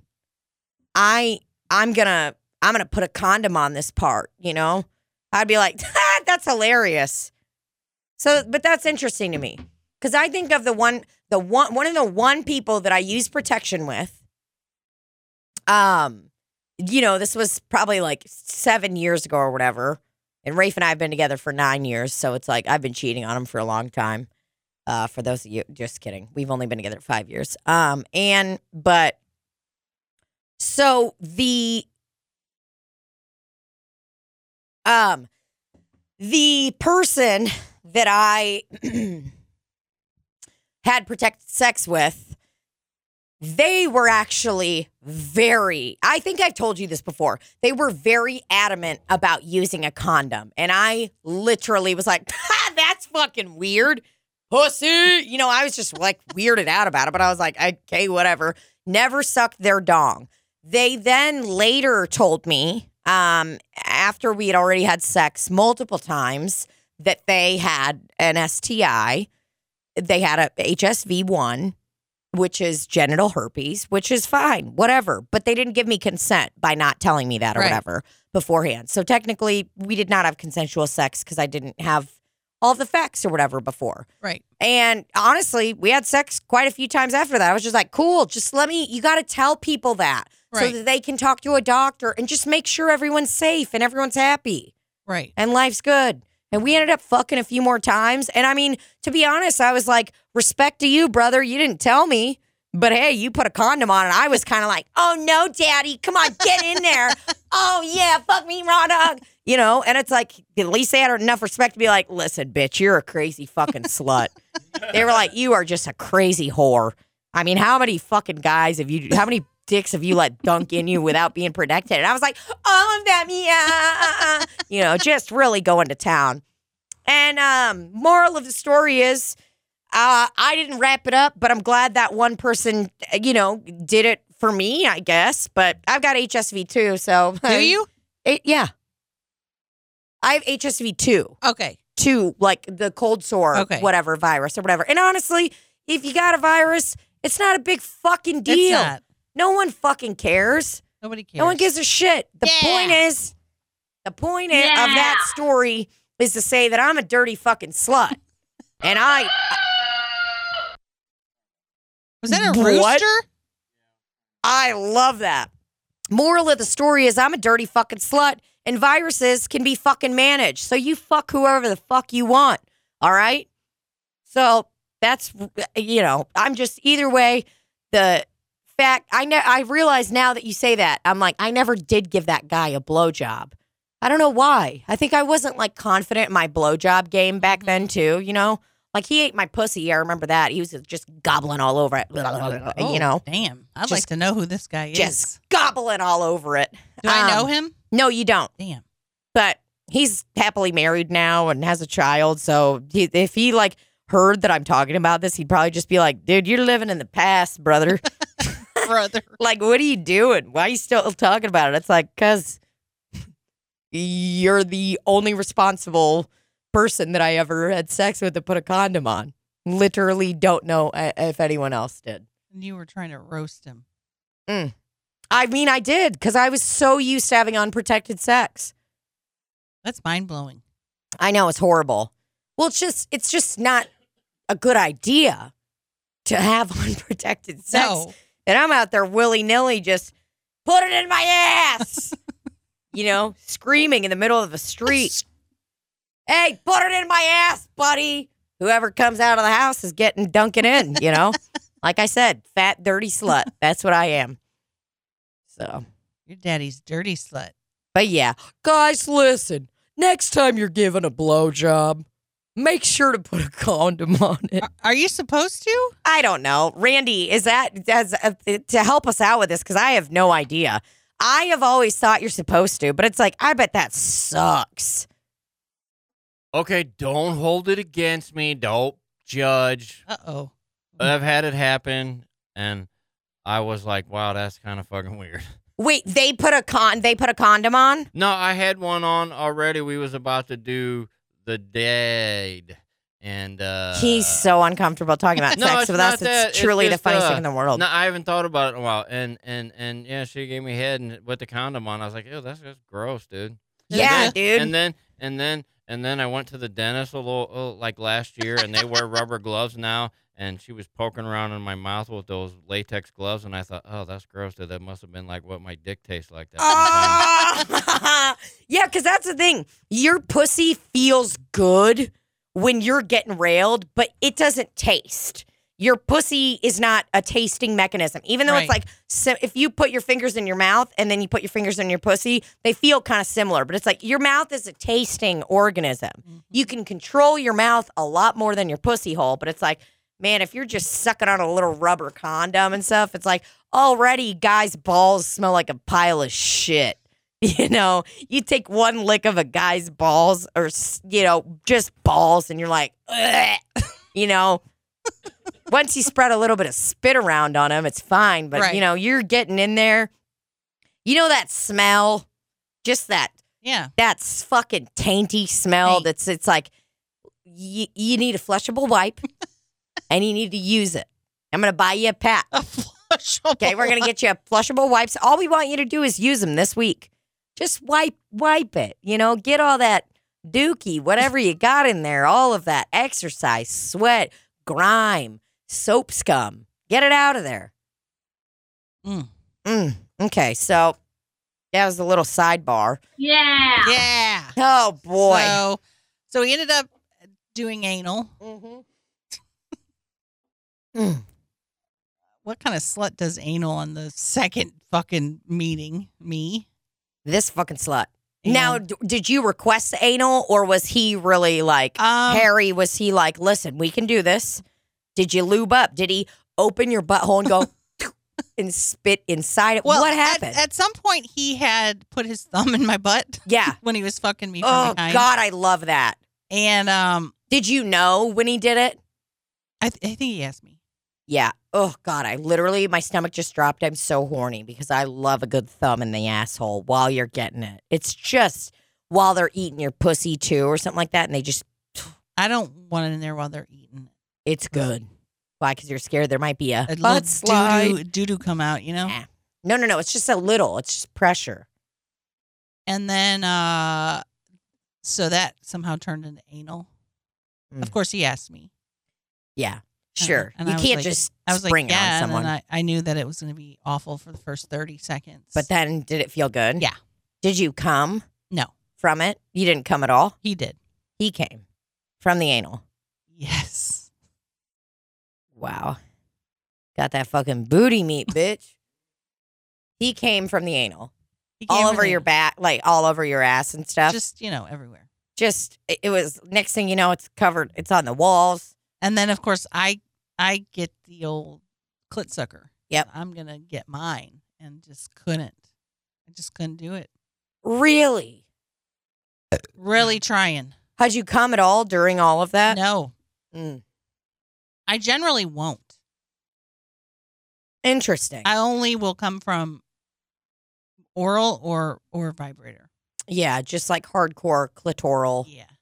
S4: I I'm gonna I'm gonna put a condom on this part," you know, I'd be like, "That's hilarious." So, but that's interesting to me because I think of the one the one one of the one people that I use protection with. Um, you know, this was probably like seven years ago or whatever. And Rafe and I have been together for nine years, so it's like I've been cheating on him for a long time uh, for those of you just kidding we've only been together five years um and but so the um the person that i had protected sex with they were actually very i think i've told you this before they were very adamant about using a condom and i literally was like "Ha, that's fucking weird pussy. You know, I was just like weirded out about it, but I was like, okay, whatever. Never sucked their dong. They then later told me, um, after we had already had sex multiple times, that they had an STI. They had a HSV one, which is genital herpes, which is fine, whatever. But they didn't give me consent by not telling me that or
S5: Right.
S4: whatever beforehand. So technically, we did not have consensual sex because I didn't have all the facts or whatever before.
S5: Right.
S4: And honestly, we had sex quite a few times after that. I was just like, cool, just let me, you got to tell people that so
S5: Right.
S4: that they can talk to a doctor and just make sure everyone's safe and everyone's happy
S5: Right.
S4: and life's good. And we ended up fucking a few more times. And I mean, to be honest, I was like, respect to you, brother. You didn't tell me, but hey, you put a condom on. And I was kind of like, oh no, daddy, come on, get in there. oh yeah, fuck me, raw dog. You know, and it's like, at least they had enough respect to be like, listen, bitch, you're a crazy fucking slut. they were like, you are just a crazy whore. I mean, how many fucking guys have you, how many dicks have you let dunk in you without being protected? And I was like, all of them, yeah. uh, uh, uh you know, just really going to town. And um, moral of the story is, uh, I didn't wrap it up, but I'm glad that one person, uh, you know, did it for me, I guess. But I've got HSV too, so
S5: Do you?
S4: It- yeah, I have HSV two,
S5: Okay.
S4: two like the cold sore,
S5: Okay.
S4: whatever virus or whatever. And honestly, if you got a virus, it's not a big fucking
S5: It's
S4: deal.
S5: not.
S4: No one fucking cares.
S5: Nobody cares.
S4: No one gives a shit. The
S5: Yeah.
S4: point is, the point i- of that story is to say that I'm a dirty fucking slut, and I
S5: Was that a
S4: What?
S5: rooster?
S4: I love that. Moral of the story is I'm a dirty fucking slut, and viruses can be fucking managed. So you fuck whoever the fuck you want. All right. So that's you know I'm just either way. The fact I ne- I realize now that you say that I'm like I never did give that guy a blowjob. I don't know why. I think I wasn't like confident in my blowjob game back then too. You know, like he ate my pussy. I remember that he was just gobbling all over it.
S5: Oh,
S4: you know,
S5: Damn. I'd like
S4: Just-
S5: to know who this guy
S4: just
S5: is.
S4: gobbling all over it.
S5: Do I know
S4: um,
S5: him?
S4: No, you don't.
S5: Damn.
S4: But he's happily married now and has a child. So he, if he like heard that I'm talking about this, he'd probably just be like, "Dude, you're living in the past, brother.
S5: Brother.
S4: like, what are you doing? Why are you still talking about it?" It's like, cause you're the only responsible person that I ever had sex with to put a condom on. Literally, don't know uh, if anyone else did.
S5: And you were trying to roast him.
S4: I mean, I did because I was so used to having unprotected sex.
S5: That's mind blowing.
S4: I know it's horrible. Well, it's just it's just not a good idea to have unprotected sex.
S5: No.
S4: And I'm out there willy nilly just put it in my ass. you know, screaming in the middle of the street. hey, put it in my ass, buddy. whoever comes out of the house is getting dunking in, you know? like I said, fat, dirty slut. That's what I am. So,
S5: Your daddy's dirty slut.
S4: but yeah.
S3: Guys, listen. Next time you're giving a blowjob, make sure to put a condom on it.
S5: Are, are you supposed to?
S4: I don't know. Randy, is that does, uh, to help us out with this? Because I have no idea. I have always thought you're supposed to, but it's like, I bet that sucks.
S6: Okay, don't hold it against me. Don't judge.
S5: Uh oh.
S6: I've had it happen, and I was like, wow, that's kind of fucking weird.
S4: Wait, they put a con they put a condom on?
S6: No, I had one on already. We was about to do the dead, and uh,
S4: He's so uncomfortable talking about
S6: No,
S4: sex
S6: it's
S4: with us.
S6: not that.
S4: It's
S6: It's
S4: truly the
S6: just,
S4: funniest
S6: uh,
S4: thing in the world.
S6: No, I haven't thought about it in a while. And and and yeah, she gave me head and with the condom on. I was like, ew, that's just gross, dude.
S4: yeah,
S5: And
S4: dude.
S6: And then and then and then I went to the dentist a little uh, like last year, and they wear rubber gloves now. And she was poking around in my mouth with those latex gloves, and I thought, oh, that's gross. Dude. That must have been like what my dick tastes like. That one time."
S4: Ah! yeah, because that's the thing. Your pussy feels good when you're getting railed, but it doesn't taste. Your pussy is not a tasting mechanism. Even though it's
S5: Right.
S4: like, si- if you put your fingers in your mouth and then you put your fingers in your pussy, they feel kind of similar, but it's like your mouth is a tasting organism. You can control your mouth a lot more than your pussy hole, but it's like, man, if you're just sucking on a little rubber condom and stuff, it's like already guys' balls smell like a pile of shit. You know, you take one lick of a guy's balls or, s- you know, just balls and you're like, "Ugh," you know, once you spread a little bit of spit around on him, it's fine. But,
S5: Right.
S4: you know, you're getting in there. You know that smell? Just that
S5: Yeah.
S4: that's fucking tainty smell.
S5: Taint.
S4: That's it's like you, you need a flushable wipe, and you need to use it. I'm gonna buy you a pack.
S5: A flushable.
S4: Okay, we're gonna get you a flushable wipes. All we want you to do is use them this week. Just wipe, wipe it. You know, get all that dookie, whatever you got in there, all of that exercise, sweat, grime, soap scum. Get it out of there.
S5: Mm.
S4: Mm. Okay, so that was a little sidebar.
S5: Yeah.
S4: Oh boy.
S5: So, so he ended up doing anal.
S4: Mm-hmm.
S5: What kind of slut does anal on the second fucking meeting? Me.
S4: This fucking slut. Now,
S5: And,
S4: d- did you request anal, or was he really like
S5: um,
S4: Harry? Was he like, listen, we can do this? Did you lube up? Did he open your butthole and go and spit inside it?
S5: well,
S4: what
S5: at-
S4: happened?
S5: At, some point, he had put his thumb in my butt
S4: yeah.
S5: when he was fucking me. From
S4: Oh
S5: behind.
S4: God, I love that.
S5: And um,
S4: Did you know when he did it?
S5: I, th- I think he asked me.
S4: Yeah. Oh God, I literally my stomach just dropped. I'm so horny because I love a good thumb in the asshole while you're getting it. It's just while they're eating your pussy too or something like that, and they just
S5: I don't want it in there while they're eating.
S4: it's good. Why? Because you're scared there might be a,
S5: A
S4: butt slide.
S5: little doo doo come out, you know.
S4: Yeah. No, no, no. It's just a little. It's just pressure.
S5: And then, uh, so that somehow turned into anal.
S4: Mm.
S5: Of course, he asked me.
S4: Yeah.
S5: And-
S4: Sure.
S5: Uh, and
S4: you
S5: I was
S4: can't
S5: like-
S4: just
S5: I was
S4: spring
S5: like, yeah,
S4: it on someone.
S5: And then I, I knew that it was going to be awful for the first 30 seconds.
S4: but then did it feel good?
S5: Yeah.
S4: Did you come
S5: no,
S4: from it? You didn't come at all?
S5: he did.
S4: He came from the anal.
S5: Yes.
S4: Wow. Got that fucking booty meat, bitch. he came from the anal.
S5: He gave
S4: All
S5: her
S4: over
S5: the-
S4: your back, like all over your ass and stuff. Just,
S5: Just, you know, everywhere.
S4: it, it was next thing you know, it's covered, it's on the walls.
S5: And then, of course, I I get the old clit sucker.
S4: Yep.
S5: I'm going to get mine and just couldn't. I just couldn't do it.
S4: Really?
S5: Really trying.
S4: How'd you come at all during all of that?
S5: no,
S4: Mm.
S5: I generally won't.
S4: Interesting.
S5: I only will come from oral or or vibrator.
S4: yeah, just like hardcore clitoral
S5: Yeah. Mm.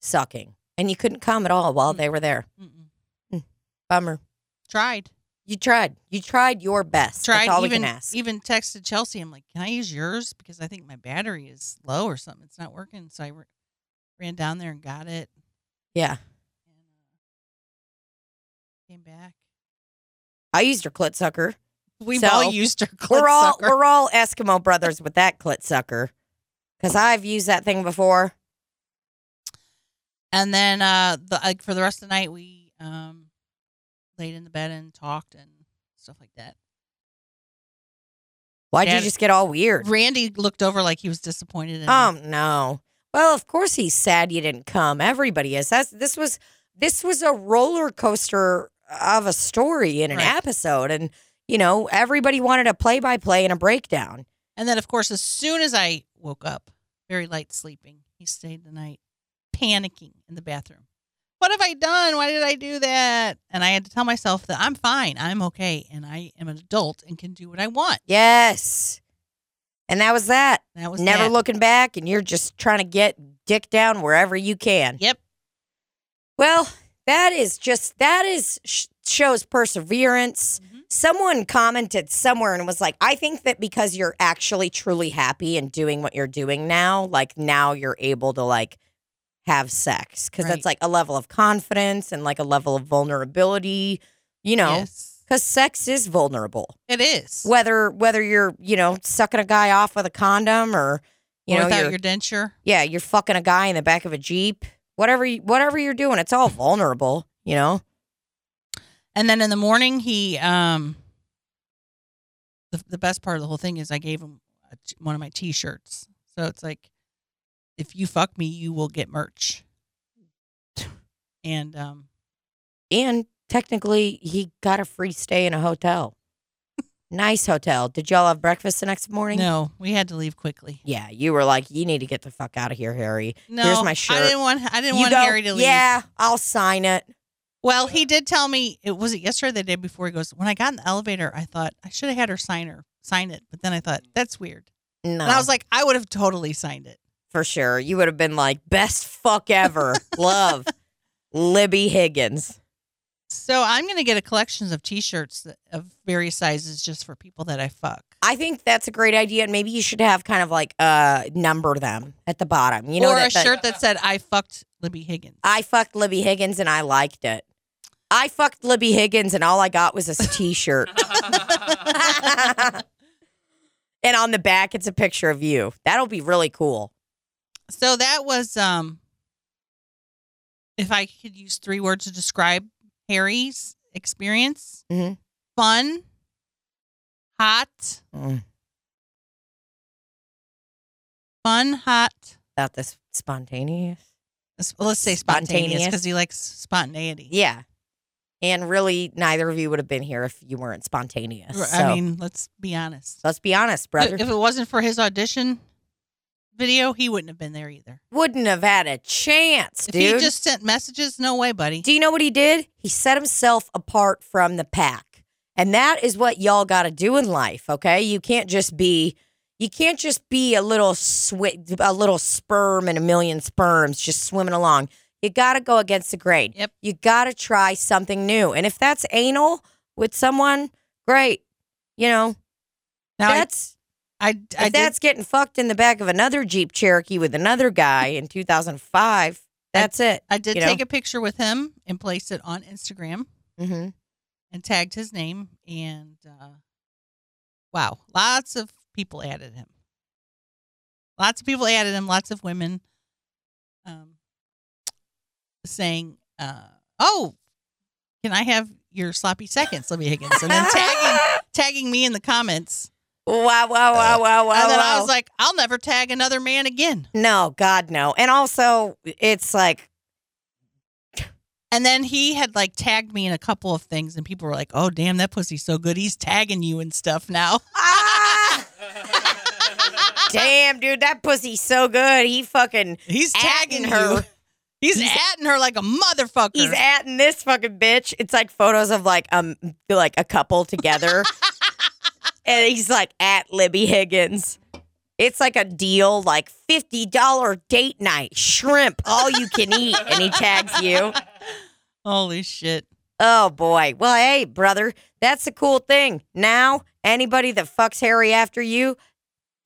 S4: sucking. And you couldn't come at all while they were there.
S5: Mm-mm.
S4: Bummer.
S5: Tried.
S4: You tried. You tried your best.
S5: Tried.
S4: That's all
S5: even e
S4: we can ask.
S5: even texted Chelsea. I'm like, can I use yours because I think my battery is low or something. It's not working. So I r- ran down there and got it
S4: yeah.
S5: and uh, came back.
S4: I used your clit sucker.
S5: We've
S4: So,
S5: all used our clit
S4: we're all
S5: sucker.
S4: we're all Eskimo brothers with that clit sucker, because I've used that thing before.
S5: And then uh the like for the rest of the night we um laid in the bed and talked and stuff like that.
S4: Why'd you
S5: Dad-
S4: just get all weird?
S5: Randy looked over like he was disappointed in me.
S4: Oh no. Well, of course he's sad you didn't come. Everybody is. That's this was this was a roller coaster of a story in an
S5: Right.
S4: episode, and you know everybody wanted a play by play and a breakdown.
S5: And then, of course, as soon as I woke up, very light sleeping, he stayed the night, panicking in the bathroom. What have I done? Why did I do that? And I had to tell myself that I'm fine, I'm okay, and I am an adult and can do what I want.
S4: Yes, and that was that.
S5: And That was
S4: Never
S5: that.
S4: looking back, and you're just trying to get dick down wherever you can.
S5: Yep.
S4: Well, that is just that is sh- shows perseverance.
S5: Mhm.
S4: Someone commented somewhere and was like, "I think that because you're actually truly happy and doing what you're doing now, like now you're able to like have sex because that's like a level of confidence and like a level of vulnerability, you know,
S5: Yes.
S4: because sex is vulnerable.
S5: It is.
S4: Whether whether you're you know sucking a guy off with a condom or you know
S5: without
S4: you're-
S5: your denture.
S4: yeah, you're fucking a guy in the back of a jeep. Whatever, you, whatever you're doing, it's all vulnerable. You know,
S5: And then in the morning, he um. The, the best part of the whole thing is I gave him a t- one of my T-shirts. So it's like, if you fuck me, you will get merch. And um,
S4: and technically, he got a free stay in a hotel. nice hotel. Did y'all have breakfast the next morning?
S5: no, we had to leave quickly.
S4: Yeah, you were like, you need to get the fuck out of here, Harry.
S5: No,
S4: Here's my
S5: I
S4: shirt.
S5: didn't want. I didn't
S4: you
S5: want
S4: go,
S5: Harry to leave.
S4: Yeah, I'll sign it.
S5: Well, he did tell me it was it yesterday, or the day before. He goes, when I got in the elevator, I thought I should have had her sign her sign it, but then I thought that's weird,
S4: No,
S5: and I was like, I would have totally signed it.
S4: for sure. You would have been like, best fuck ever. Love, Libby Higgins.
S5: So I'm going to get a collections of T-shirts that- of various sizes just for people that I fuck.
S4: I think that's a great idea, and maybe you should have kind of like uh number them at the bottom. You know,
S5: or
S4: that
S5: a
S4: the-
S5: shirt that said "I fucked Libby Higgins."
S4: I fucked Libby Higgins and I liked it. I fucked Libby Higgins and all I got was this T-shirt. and on the back, it's a picture of you. That'll be really cool.
S5: so that was um. If I could use three words to describe Harry's experience:
S4: Mhm.
S5: fun, hot, fun, hot.
S4: About this spontaneous.
S5: Let's- Let's say spontaneous
S4: Spontaneous.
S5: because he likes spontaneity.
S4: Yeah. And really, neither of you would have been here if you weren't spontaneous.
S5: R-
S4: So,
S5: I mean, let's be honest.
S4: let's be honest, brother.
S5: If it wasn't for his audition video, he wouldn't have been there either.
S4: Wouldn't have had a chance,
S5: If
S4: dude.
S5: he just sent messages, no way, buddy.
S4: Do you know what he did? He set himself apart from the pack. And that is what y'all got to do in life, okay? You can't just be you can't just be a little swi- a little sperm and a million sperms just swimming along. You got to go against the grain.
S5: Yep.
S4: You got to try something new. And if that's anal with someone, great. You know,
S5: Now, I-
S4: that's
S5: I,
S4: if
S5: I,
S4: that's getting fucked in the back of another Jeep Cherokee with another guy in 2005. That's it.
S5: did, I did
S4: you know.
S5: take a picture with him and placed it on Instagram
S4: Mm-hmm.
S5: and tagged his name. And uh, wow, lots of people added him. Lots of people added him. Lots of women um, saying, uh, "Oh, can I have your sloppy seconds, Libby Higgins?" And then tagging tagging me in the comments.
S4: Wow, wow, wow, wow, wow.
S5: Uh, and then I
S4: Oh, wow.
S5: was like, "I'll never tag another man again."
S4: no, God, no. And also, it's like,
S5: And then he had like tagged me in a couple of things, and people were like, "Oh, damn, that pussy's so good. He's tagging you and stuff now."
S4: ah,
S5: Uh-huh.
S4: damn, dude, that pussy's so good. He fucking,
S5: He's tagging
S4: Atting her.
S5: you. He's,
S4: He's-
S5: atting her like a motherfucker.
S4: he's atting this fucking bitch. It's like photos of like, um, like a couple together. and he's like, at Libby Higgins. It's like a deal, like $50 date night, shrimp, all you can eat. And he tags you.
S5: Holy shit!
S4: Oh boy. Well, hey, brother, that's the cool thing. Now, anybody that fucks Harry after you,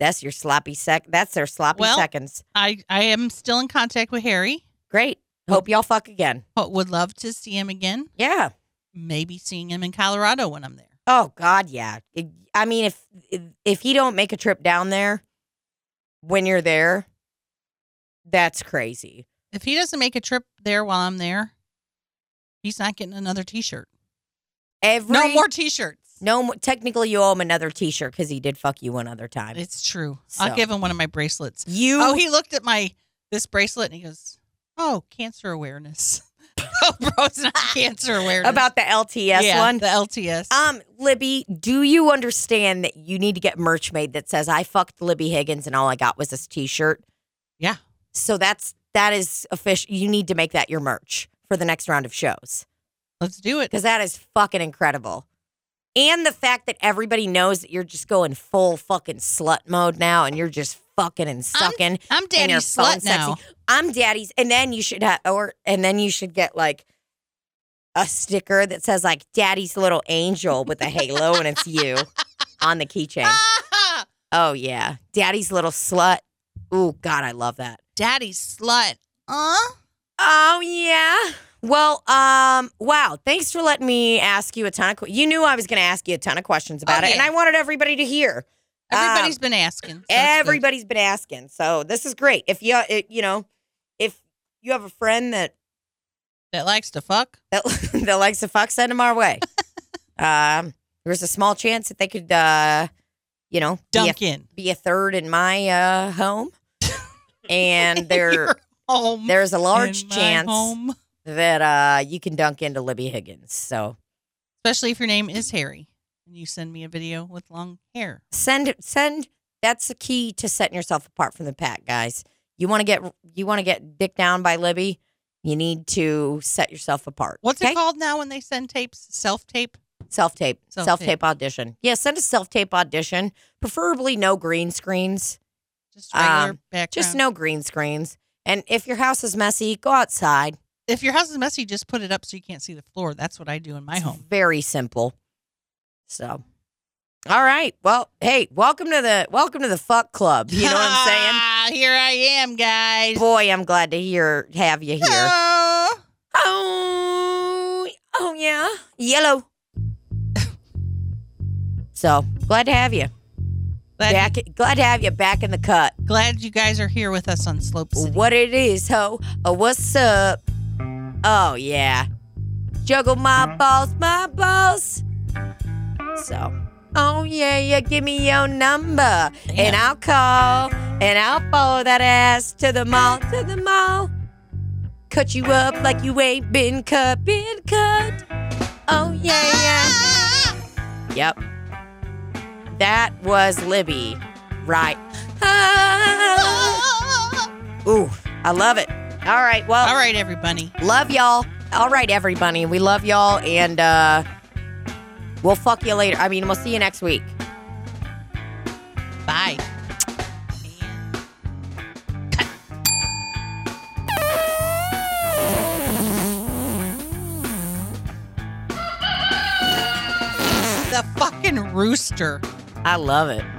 S4: that's your sloppy sec. That's their sloppy
S5: Well-
S4: seconds.
S5: I I am still in contact with Harry.
S4: Great. Hope y'all fuck again.
S5: But would love to see him again.
S4: Yeah.
S5: Maybe seeing him in Colorado when I'm there.
S4: Oh God, yeah. It- I mean, if if he don't make a trip down there when you're there, that's crazy.
S5: If he doesn't make a trip there while I'm there, he's not getting another T-shirt.
S4: Every
S5: No more T-shirts.
S4: No, mo- technically, you owe him another T-shirt because he did fuck you one other time.
S5: It's true.
S4: So.
S5: I'll give him one of my bracelets.
S4: you.
S5: Oh, he looked at my this bracelet and he goes, "Oh, cancer awareness." oh, bro, it's not cancer awareness.
S4: about the LTS
S5: yeah,
S4: one.
S5: the LTS.
S4: Um, Libby, do you understand that you need to get merch made that says I fucked Libby Higgins and all I got was this T-shirt?
S5: Yeah.
S4: So that's that is official. You need to make that your merch for the next round of shows
S5: Let's do it.
S4: because that is fucking incredible. And the fact that everybody knows that you're just going full fucking slut mode now, and you're just fucking and sucking.
S5: I'm
S4: and
S5: Danny
S4: your
S5: Slut
S4: phone's sexy.
S5: now.
S4: I'm daddy's, and then you should have, or and then you should get like a sticker that says like daddy's little angel with a halo, and it's you on the keychain.
S5: Ah,
S4: Oh yeah, daddy's little slut. Oh God, I love that.
S5: Daddy Slut. Huh?
S4: Oh yeah. Well, um, wow. Thanks for letting me ask you a ton of. que- You knew I was going to ask you a ton of questions about
S5: Oh,
S4: it, and
S5: yeah.
S4: I wanted everybody to hear.
S5: Everybody's been asking. so that's good.
S4: Everybody's been asking, so this is great. If you, it, you know, if you have a friend that
S5: that likes to fuck.
S4: that, that likes to fuck, send them our way. um, there's a small chance that they could, uh, you know, be a,
S5: Dunk in.
S4: be a third in my uh, home, and there
S5: Your home.
S4: there's a large
S5: in my
S4: chance
S5: home.
S4: that uh, you can dunk into Libby Higgins. So
S5: Especially if your name is Harry and you send me a video with long hair.
S4: send send. That's the key to setting yourself apart from the pack, guys. You want to get you want to get dick down by Libby. You need to set yourself apart.
S5: What's
S4: okay?
S5: it called now when they send tapes? Self tape?
S4: Self tape.
S5: Self-tape.
S4: Self tape audition. Yeah, send a self tape audition. Preferably no green screens.
S5: Just regular
S4: Um,
S5: background.
S4: Just no green screens. And if your house is messy, go outside.
S5: If your house is messy, just put it up so you can't see the floor. That's what I do in my
S4: It's
S5: home.
S4: Very simple. So all right. Well, hey, welcome to the welcome to the fuck club. You know what I'm
S5: saying? Ah, Here I am, guys.
S4: saying? Boy, I'm glad to hear have you here.
S5: Oh.
S4: Oh, oh yeah. Yellow. So glad to have you.
S5: Glad,
S4: Back glad to have you back in the cut.
S5: glad you guys are here with us on Slope City.
S4: What it is, ho? Uh, what's up? Oh yeah, juggle my balls, my balls. So, oh yeah, yeah, give me your number and I'll call and I'll follow that ass to the mall, to the mall. Cut you up like you ain't been cut, been cut. Oh yeah, yeah. Yep. That was Libby, right? Ah. Ooh, I love it. All right, well,
S5: All right, everybody.
S4: love y'all. All right, everybody, we love y'all, and uh, we'll fuck you later. I mean, we'll see you next week.
S5: Bye. The fucking rooster.
S4: I love it.